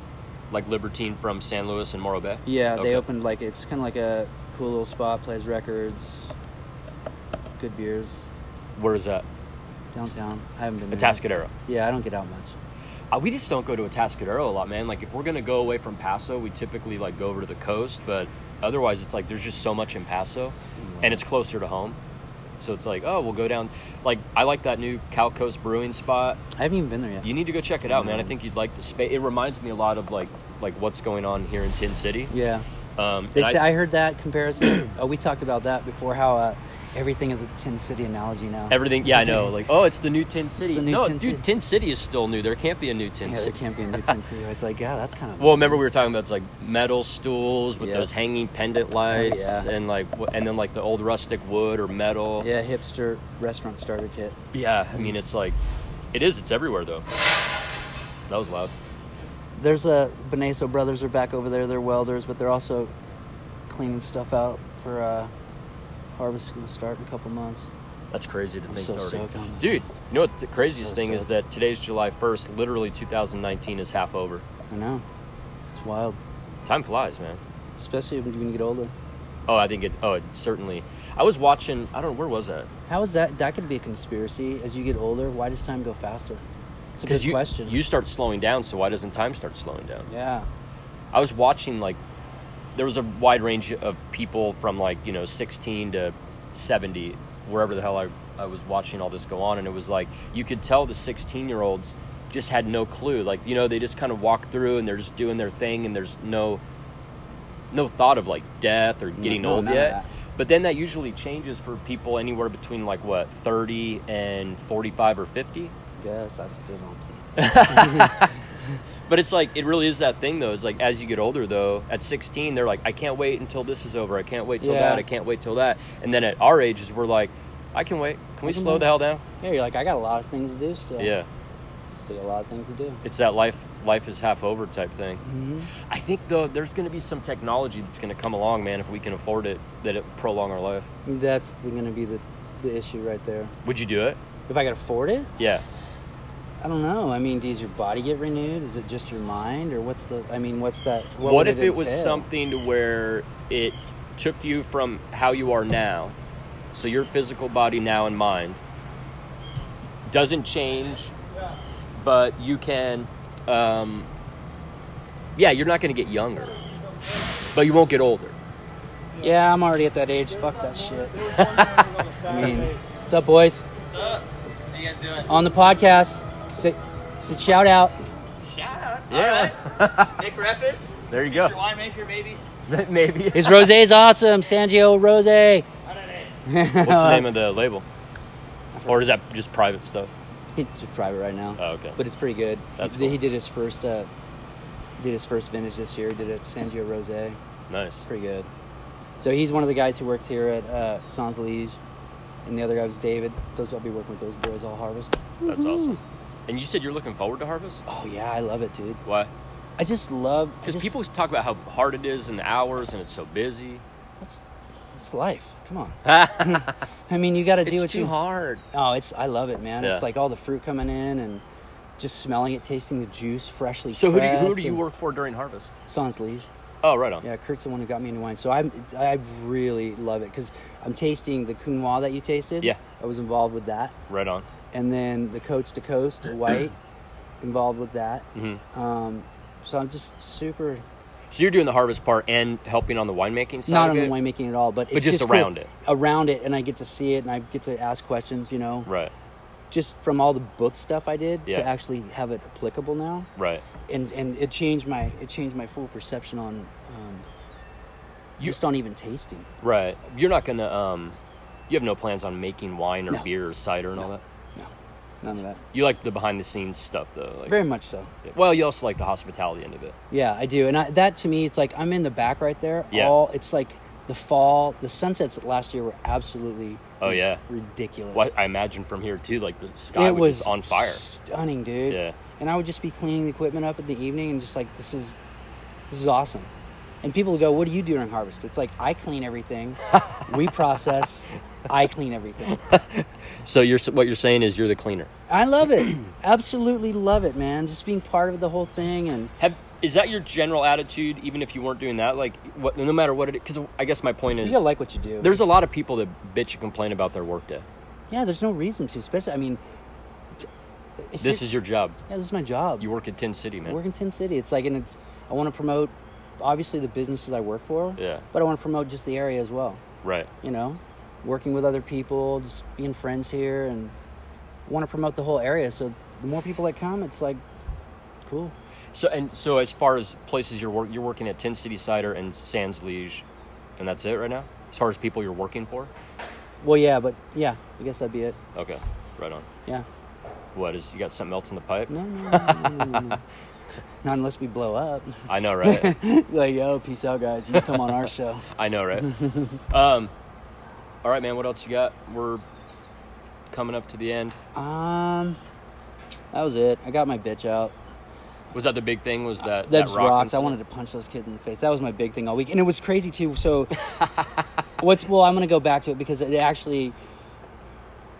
[SPEAKER 1] Like Libertine from San Luis and Morro Bay.
[SPEAKER 2] Yeah,
[SPEAKER 1] Okay.
[SPEAKER 2] they opened like it's kind of like a cool little spot. Plays records, good beers
[SPEAKER 1] Where is that?
[SPEAKER 2] downtown. I haven't been there.
[SPEAKER 1] Atascadero.
[SPEAKER 2] Yeah, I don't get out much.
[SPEAKER 1] Uh, we just don't go to Atascadero a lot, man. Like if we're gonna go away from Paso, we typically like go over to the coast, but otherwise it's like there's just so much in Paso
[SPEAKER 2] Mm-hmm.
[SPEAKER 1] and it's closer to home. So it's like, oh, we'll go down. Like I like that new Cal Coast Brewing spot.
[SPEAKER 2] I haven't even been there yet.
[SPEAKER 1] You need to go check it out,
[SPEAKER 2] Mm-hmm.
[SPEAKER 1] man. I think you'd like the space. It reminds me a lot of like like what's going on here in Tin City.
[SPEAKER 2] yeah.
[SPEAKER 1] Um,
[SPEAKER 2] They
[SPEAKER 1] and I-
[SPEAKER 2] say, I, heard that comparison. oh, we talked about that before. How uh, everything is a Tin City analogy now.
[SPEAKER 1] everything. Yeah, I know. Like, oh, it's the new Tin City.
[SPEAKER 2] the new
[SPEAKER 1] no,
[SPEAKER 2] Tin
[SPEAKER 1] dude,
[SPEAKER 2] City.
[SPEAKER 1] Tin City is still new. There can't be a new Tin
[SPEAKER 2] yeah, there
[SPEAKER 1] City.
[SPEAKER 2] can't be a new Tin City. It's like, yeah, that's kind of
[SPEAKER 1] Well, remember we were talking about it's like metal stools with
[SPEAKER 2] Yeah.
[SPEAKER 1] those hanging pendant lights,
[SPEAKER 2] yeah.
[SPEAKER 1] and like wh- and then like the old rustic wood or metal.
[SPEAKER 2] yeah, hipster restaurant starter kit.
[SPEAKER 1] Yeah, I mean it's like, it is. It's everywhere though. That was loud.
[SPEAKER 2] There's a Beneso brothers are back over there. They're welders, but they're also cleaning stuff out for uh, harvest going to start in a couple months.
[SPEAKER 1] That's crazy to think
[SPEAKER 2] so
[SPEAKER 1] it's already.
[SPEAKER 2] stoked on that.
[SPEAKER 1] Dude, you know what's the craziest
[SPEAKER 2] So
[SPEAKER 1] thing is that today's July 1st, literally 2019 is half over.
[SPEAKER 2] I know, it's wild,
[SPEAKER 1] Time flies, man.
[SPEAKER 2] especially when you get older.
[SPEAKER 1] Oh, I think it, oh, it certainly. I was watching, I don't know, where was that?
[SPEAKER 2] How is that? That could be a conspiracy. As you get older, why does time go faster? It's a good
[SPEAKER 1] Because you,
[SPEAKER 2] question.
[SPEAKER 1] you start slowing down, so why doesn't time start slowing down?
[SPEAKER 2] yeah,
[SPEAKER 1] I was watching, like, there was a wide range of people from, like, you know, 16 to 70, wherever the hell I, I was watching all this go on. And it was like, you could tell the 16 year olds just had no clue. Like, you know, they just kind of walk through and they're just doing their thing, and there's no no thought of like death or getting
[SPEAKER 2] no,
[SPEAKER 1] old
[SPEAKER 2] none of
[SPEAKER 1] yet.
[SPEAKER 2] that.
[SPEAKER 1] But then that usually changes for people anywhere between like what 30 and 45 or 50.
[SPEAKER 2] guess I just didn't.
[SPEAKER 1] But it's like it really is that thing though. It's like as you get older though, at 16 they're like I can't wait until this is over. I can't wait till
[SPEAKER 2] Yeah.
[SPEAKER 1] that. I can't wait till that. And then at our ages we're like I can wait. Can we
[SPEAKER 2] I can
[SPEAKER 1] slow
[SPEAKER 2] wait.
[SPEAKER 1] the hell down?
[SPEAKER 2] Yeah, you're like, I got a lot of things to do still.
[SPEAKER 1] Yeah.
[SPEAKER 2] Still got a lot of things to do.
[SPEAKER 1] It's that life life is half over type thing.
[SPEAKER 2] Mm-hmm.
[SPEAKER 1] I think though there's going to be some technology that's going to come along, man, if we can afford it that it prolong our life.
[SPEAKER 2] That's going to be the, the issue right there.
[SPEAKER 1] Would you do it?
[SPEAKER 2] If I could afford it,
[SPEAKER 1] Yeah.
[SPEAKER 2] I don't know. I mean, does your body get renewed? Is it just your mind, or what's the? I mean, what's that?
[SPEAKER 1] What,
[SPEAKER 2] would
[SPEAKER 1] if it, was
[SPEAKER 2] entail?
[SPEAKER 1] something to where it took you from how you are now, so your physical body now and mind doesn't change, but you can um, yeah, you're not going to get younger, but you won't get older.
[SPEAKER 2] Yeah, I'm already at that age. Fuck that shit. I mean, what's up, boys?
[SPEAKER 3] What's up? How you guys doing?
[SPEAKER 2] On the podcast, sit, sit shout out.
[SPEAKER 3] Shout out.
[SPEAKER 1] Yeah.
[SPEAKER 3] All right. Nick Reffis.
[SPEAKER 1] There you
[SPEAKER 3] Future
[SPEAKER 1] go.
[SPEAKER 3] winemaker, baby.
[SPEAKER 1] Maybe.
[SPEAKER 2] His rose is awesome. Sangio Rose.
[SPEAKER 3] I don't know.
[SPEAKER 1] What's the name of the label? Or is that just private stuff?
[SPEAKER 2] It's private right now.
[SPEAKER 1] Oh, okay.
[SPEAKER 2] But it's pretty good.
[SPEAKER 1] That's
[SPEAKER 2] he, he
[SPEAKER 1] cool.
[SPEAKER 2] did his first uh, did his first vintage this year. He did a Sangio Rosé.
[SPEAKER 1] Nice.
[SPEAKER 2] Pretty good. So he's one of the guys who works here at uh, Sans Liege, and the other guy was David. Those I'll be working with those boys all harvest.
[SPEAKER 1] That's awesome. And you said you're looking forward to harvest?
[SPEAKER 2] Oh yeah, I love it, dude.
[SPEAKER 1] Why?
[SPEAKER 2] I just love I
[SPEAKER 1] Because
[SPEAKER 2] just-
[SPEAKER 1] people talk about how hard it is and the hours and it's so busy.
[SPEAKER 2] That's it's life. Come on. I mean, you got to do
[SPEAKER 1] it's
[SPEAKER 2] what
[SPEAKER 1] too
[SPEAKER 2] you.
[SPEAKER 1] hard.
[SPEAKER 2] Oh, it's I love it, man. It's
[SPEAKER 1] Yeah.
[SPEAKER 2] like all the fruit coming in and just smelling it, tasting the juice freshly.
[SPEAKER 1] So who do, you, who
[SPEAKER 2] pressed
[SPEAKER 1] do you
[SPEAKER 2] and-
[SPEAKER 1] work for during harvest?
[SPEAKER 2] Sans Liege.
[SPEAKER 1] Oh, right on.
[SPEAKER 2] Yeah, Kurt's the one who got me into wine. So I'm, I really love it because I'm tasting the Kunwa that you tasted.
[SPEAKER 1] Yeah.
[SPEAKER 2] I was involved with that.
[SPEAKER 1] Right on.
[SPEAKER 2] And then the Coast to Coast, the white, involved with that.
[SPEAKER 1] hmm
[SPEAKER 2] Um, so I'm just super,
[SPEAKER 1] So you're doing the harvest part and helping on the winemaking side?
[SPEAKER 2] not
[SPEAKER 1] of
[SPEAKER 2] on the
[SPEAKER 1] it?
[SPEAKER 2] winemaking at all, but, it's
[SPEAKER 1] just
[SPEAKER 2] cool.
[SPEAKER 1] around it.
[SPEAKER 2] Around it, and I get to see it and I get to ask questions, you know,
[SPEAKER 1] Right,
[SPEAKER 2] just from all the book stuff I did
[SPEAKER 1] Yeah.
[SPEAKER 2] to actually have it applicable now.
[SPEAKER 1] right.
[SPEAKER 2] And, and it changed my it changed my full perception on um,
[SPEAKER 1] You-
[SPEAKER 2] just on even tasting.
[SPEAKER 1] Right. You're not gonna. Um, you have no plans on making wine or
[SPEAKER 2] No.
[SPEAKER 1] beer or cider and all that.
[SPEAKER 2] No, none of that.
[SPEAKER 1] You like the behind the scenes stuff though. Like,
[SPEAKER 2] Very much so.
[SPEAKER 1] Well, you also like the hospitality end of it.
[SPEAKER 2] Yeah, I do, and I, that to me, it's like I'm in the back right there.
[SPEAKER 1] Yeah.
[SPEAKER 2] All it's like the fall, the sunsets last year were absolutely.
[SPEAKER 1] Oh, yeah.
[SPEAKER 2] ridiculous.
[SPEAKER 1] Well, I imagine from here too, like the sky
[SPEAKER 2] it
[SPEAKER 1] was
[SPEAKER 2] was
[SPEAKER 1] just on fire.
[SPEAKER 2] stunning, dude.
[SPEAKER 1] Yeah.
[SPEAKER 2] and I would just be cleaning the equipment up in the evening, and just like this is, this is awesome. And people would go, "What do you do during harvest?" It's like I clean everything, we process, I clean everything.
[SPEAKER 1] So you're s- what you're saying is you're the cleaner.
[SPEAKER 2] I love it, absolutely love it, man. Just being part of the whole thing, and
[SPEAKER 1] Have is that your general attitude? Even if you weren't doing that, like what, no matter what it, because I guess my point
[SPEAKER 2] you
[SPEAKER 1] is
[SPEAKER 2] gotta like what you do.
[SPEAKER 1] there's a lot of people that bitch and complain about their workday.
[SPEAKER 2] yeah, there's no reason to, especially. I mean, t- if
[SPEAKER 1] This
[SPEAKER 2] you're-
[SPEAKER 1] is your job.
[SPEAKER 2] yeah, this is my job.
[SPEAKER 1] You work at Tin City,
[SPEAKER 2] I
[SPEAKER 1] man.
[SPEAKER 2] work in Tin City. It's like, and it's, I want to promote, obviously, the businesses I work for,
[SPEAKER 1] Yeah.
[SPEAKER 2] but I want to promote just the area as well.
[SPEAKER 1] Right.
[SPEAKER 2] You know, working with other people, just being friends here, and want to promote the whole area. So the more people that come, it's like, cool.
[SPEAKER 1] So and so as far as places you're work, you're working at Tin City Cider and Sans Liege, and that's it right now. As far as people you're working for.
[SPEAKER 2] Well, yeah, but yeah, I guess that'd be it.
[SPEAKER 1] Okay. Right on.
[SPEAKER 2] Yeah.
[SPEAKER 1] What is you got something else in the pipe?
[SPEAKER 2] No, no, no, no, no, no. Not unless we blow up.
[SPEAKER 1] I know, right?
[SPEAKER 2] like, yo, peace out, guys. You come on our show.
[SPEAKER 1] I know, right? Um, all right, man. What else you got? We're coming up to the end.
[SPEAKER 2] Um, that was it. I got my bitch out.
[SPEAKER 1] Was that the big thing? Was that
[SPEAKER 2] That just
[SPEAKER 1] rock
[SPEAKER 2] rocked. I
[SPEAKER 1] incident?
[SPEAKER 2] wanted to punch those kids in the face. That was my big thing all week, and it was crazy too. So, what's well, I'm gonna go back to it because it actually,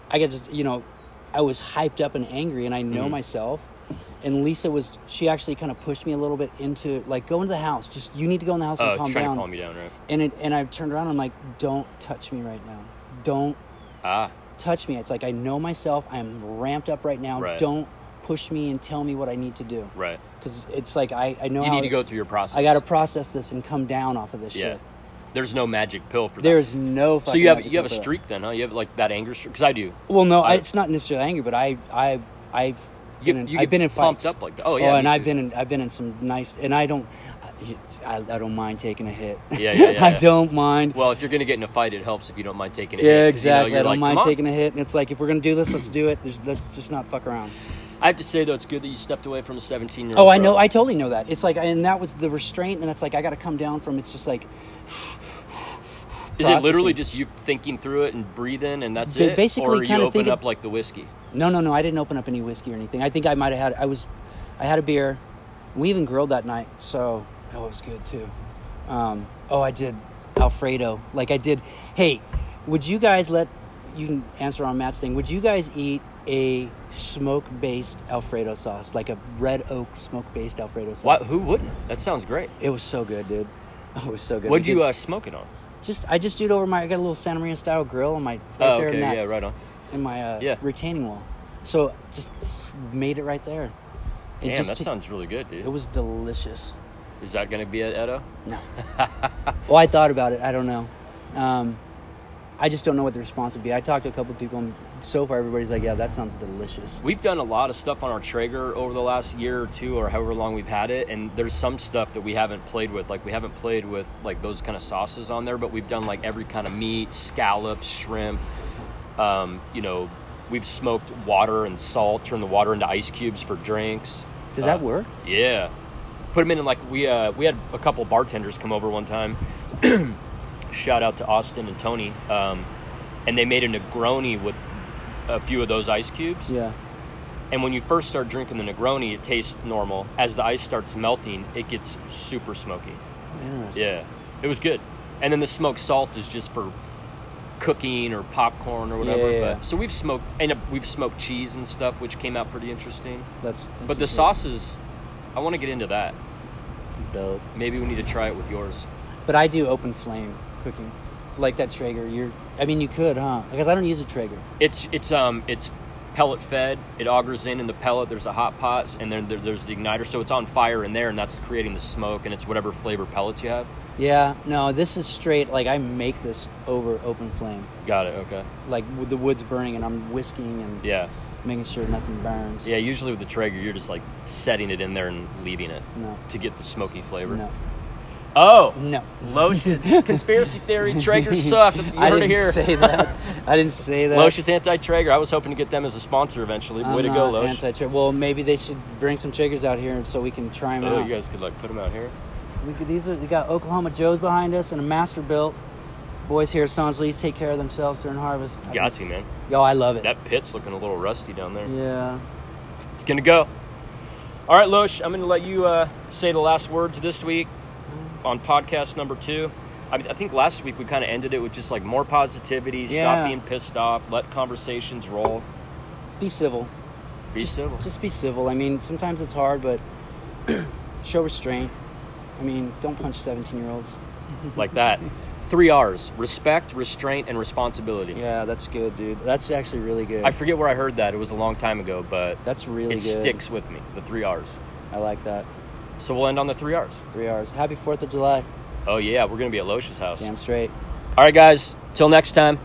[SPEAKER 2] I got just you know, I was hyped up and angry, and I know
[SPEAKER 1] Mm-hmm.
[SPEAKER 2] myself. And Lisa was she actually kind of pushed me a little bit into like go into the house. Just you need to go in the house and
[SPEAKER 1] Oh,
[SPEAKER 2] calm
[SPEAKER 1] trying
[SPEAKER 2] down.
[SPEAKER 1] to calm you down, right?
[SPEAKER 2] And it and I turned around. and I'm like, don't touch me right now. Don't
[SPEAKER 1] Ah,
[SPEAKER 2] touch me. It's like I know myself. I'm ramped up right now.
[SPEAKER 1] Right.
[SPEAKER 2] Don't push me and tell me what I need to do.
[SPEAKER 1] right.
[SPEAKER 2] Because it's like I, I know
[SPEAKER 1] You
[SPEAKER 2] how
[SPEAKER 1] need to go through your process.
[SPEAKER 2] I got to process this and come down off of this
[SPEAKER 1] Yeah.
[SPEAKER 2] shit.
[SPEAKER 1] There's no magic pill for that.
[SPEAKER 2] There's no.
[SPEAKER 1] so
[SPEAKER 2] Fucking
[SPEAKER 1] you have
[SPEAKER 2] magic
[SPEAKER 1] you have a
[SPEAKER 2] pill for
[SPEAKER 1] streak then, huh? You have like that anger streak because I do.
[SPEAKER 2] that. Well, no, I,
[SPEAKER 1] I-
[SPEAKER 2] it's not necessarily angry, but I I I've
[SPEAKER 1] You-
[SPEAKER 2] been in,
[SPEAKER 1] you
[SPEAKER 2] I've
[SPEAKER 1] get
[SPEAKER 2] been in
[SPEAKER 1] pumped
[SPEAKER 2] fights.
[SPEAKER 1] up like that. Oh, yeah,
[SPEAKER 2] and
[SPEAKER 1] me
[SPEAKER 2] I've
[SPEAKER 1] too.
[SPEAKER 2] been in I've been in some nice, and I don't. I, I don't mind taking a hit.
[SPEAKER 1] Yeah, yeah, yeah,
[SPEAKER 2] I
[SPEAKER 1] yeah.
[SPEAKER 2] don't mind.
[SPEAKER 1] Well, if you're gonna get in a fight, it helps if you don't mind taking it.
[SPEAKER 2] yeah, exactly. I don't mind taking
[SPEAKER 1] it.
[SPEAKER 2] a hit, and it's like if we're gonna do this, let's do it. There's, let's just not fuck around.
[SPEAKER 1] I have to say though, it's good that you stepped away from a 17 year old.
[SPEAKER 2] Oh, I know. I totally know that. It's like, and that was the restraint, and that's like I got to come down from. It's just like
[SPEAKER 1] Is it literally
[SPEAKER 2] processing.
[SPEAKER 1] just you thinking through it and breathing, and that's
[SPEAKER 2] Ba-
[SPEAKER 1] it?
[SPEAKER 2] basically
[SPEAKER 1] or you
[SPEAKER 2] kinda
[SPEAKER 1] open
[SPEAKER 2] thinking-
[SPEAKER 1] up like the whiskey.
[SPEAKER 2] No, no, no. I didn't open up any whiskey or anything. I think I might have had. I was, I had a beer. We even grilled that night, so that was good too. Um, oh, I did Alfredo. Like I did. Hey, would you guys let you can answer on Matt's thing? Would you guys eat a smoke-based Alfredo sauce, like a red oak smoke-based Alfredo
[SPEAKER 1] Why,
[SPEAKER 2] sauce?
[SPEAKER 1] who wouldn't? That sounds great.
[SPEAKER 2] It was so good, dude. It was so good.
[SPEAKER 1] What'd
[SPEAKER 2] I did-
[SPEAKER 1] you uh, smoke it on?
[SPEAKER 2] just I just do it over my. I got a little Santa Maria style grill on my right
[SPEAKER 1] oh,
[SPEAKER 2] there
[SPEAKER 1] okay,
[SPEAKER 2] in that
[SPEAKER 1] yeah, right on.
[SPEAKER 2] in my uh,
[SPEAKER 1] Yeah.
[SPEAKER 2] retaining wall. So just made it right there. It
[SPEAKER 1] Damn,
[SPEAKER 2] just
[SPEAKER 1] that
[SPEAKER 2] took-
[SPEAKER 1] sounds really good, dude.
[SPEAKER 2] It was delicious.
[SPEAKER 1] Is that going to be at Edo?
[SPEAKER 2] No. well, I thought about it. I don't know. Um, I just don't know what the response would be. I talked to a couple of people, and so far everybody's like, "Yeah, that sounds delicious."
[SPEAKER 1] We've done a lot of stuff on our Traeger over the last year or two, or however long we've had it, and there's some stuff that we haven't played with. Like we haven't played with like those kind of sauces on there, but we've done like every kind of meat, scallops, shrimp. Um, you know, we've smoked water and salt, turned the water into ice cubes for drinks.
[SPEAKER 2] Does
[SPEAKER 1] Uh,
[SPEAKER 2] that work?
[SPEAKER 1] Yeah, put them in and like we uh, we had a couple bartenders come over one time. Shout out to Austin and Tony, um, and they made a Negroni with a few of those ice cubes.
[SPEAKER 2] Yeah.
[SPEAKER 1] And when you first start drinking the Negroni, it tastes normal. As the ice starts melting, it gets super smoky.
[SPEAKER 2] Interesting.
[SPEAKER 1] Yeah, it was good. And then the smoked salt is just for cooking or popcorn or whatever.
[SPEAKER 2] Yeah, yeah, yeah.
[SPEAKER 1] But, so we've smoked and uh, we've smoked cheese and stuff, which came out pretty interesting.
[SPEAKER 2] That's, that's
[SPEAKER 1] But the
[SPEAKER 2] interesting.
[SPEAKER 1] sauces, I want to get into that.
[SPEAKER 2] dope.
[SPEAKER 1] Maybe we need to try it with yours.
[SPEAKER 2] But I do open flame cooking, like that Traeger. You're, I mean, you could, huh? Because I don't use a Traeger.
[SPEAKER 1] It's it's um it's pellet fed. It augers in in the pellet. There's a hot pot, and then there, there's the igniter. So it's on fire in there, and that's creating the smoke. And it's whatever flavor pellets you have.
[SPEAKER 2] Yeah, no, this is straight. Like I make this over open flame,
[SPEAKER 1] Got it. Okay.
[SPEAKER 2] like with the wood's burning, and I'm whisking and
[SPEAKER 1] Yeah.
[SPEAKER 2] making sure nothing burns.
[SPEAKER 1] Yeah, usually with the Traeger, you're just like setting it in there and leaving it
[SPEAKER 2] No.
[SPEAKER 1] to get the smoky flavor.
[SPEAKER 2] No.
[SPEAKER 1] Oh,
[SPEAKER 2] No.
[SPEAKER 1] lotions. Conspiracy theory. Traeger suck. You
[SPEAKER 2] I
[SPEAKER 1] heard
[SPEAKER 2] didn't
[SPEAKER 1] it here.
[SPEAKER 2] say that. I didn't say that.
[SPEAKER 1] Lotions anti-Traeger. I was hoping to get them as a sponsor eventually.
[SPEAKER 2] I'm
[SPEAKER 1] Way to go,
[SPEAKER 2] not
[SPEAKER 1] Losh.
[SPEAKER 2] anti-Traeger. Well, maybe they should bring some Traegers out here so we can try them
[SPEAKER 1] Oh,
[SPEAKER 2] out.
[SPEAKER 1] you guys could like put them out here.
[SPEAKER 2] We could, these are, we got Oklahoma Joes behind us and a master built. Boys here at Sonsley take care of themselves during harvest.
[SPEAKER 1] Got to man.
[SPEAKER 2] Yo, I love it.
[SPEAKER 1] That pit's looking a little rusty down there.
[SPEAKER 2] yeah.
[SPEAKER 1] It's gonna go. All right, Losh. I'm gonna let you uh, say the last words this week on podcast number two. I, mean, I think last week we kind of ended it with just like more positivity.
[SPEAKER 2] Yeah.
[SPEAKER 1] Stop being pissed off. Let conversations roll.
[SPEAKER 2] Be civil.
[SPEAKER 1] Be civil.
[SPEAKER 2] Just be civil. I mean, sometimes it's hard, but show restraint. I mean, don't punch 17 year olds.
[SPEAKER 1] like that. Three R's respect, restraint, and responsibility.
[SPEAKER 2] Yeah, that's good, dude. That's actually really good.
[SPEAKER 1] I forget where I heard that. It was a long time ago, but
[SPEAKER 2] that's really
[SPEAKER 1] it
[SPEAKER 2] good.
[SPEAKER 1] sticks with me. The three R's.
[SPEAKER 2] I like that.
[SPEAKER 1] So we'll end on the three R's.
[SPEAKER 2] Three hours. Happy 4th of July.
[SPEAKER 1] Oh, yeah, we're going to be at Losh's house.
[SPEAKER 2] Damn straight.
[SPEAKER 1] All right, guys, till next time.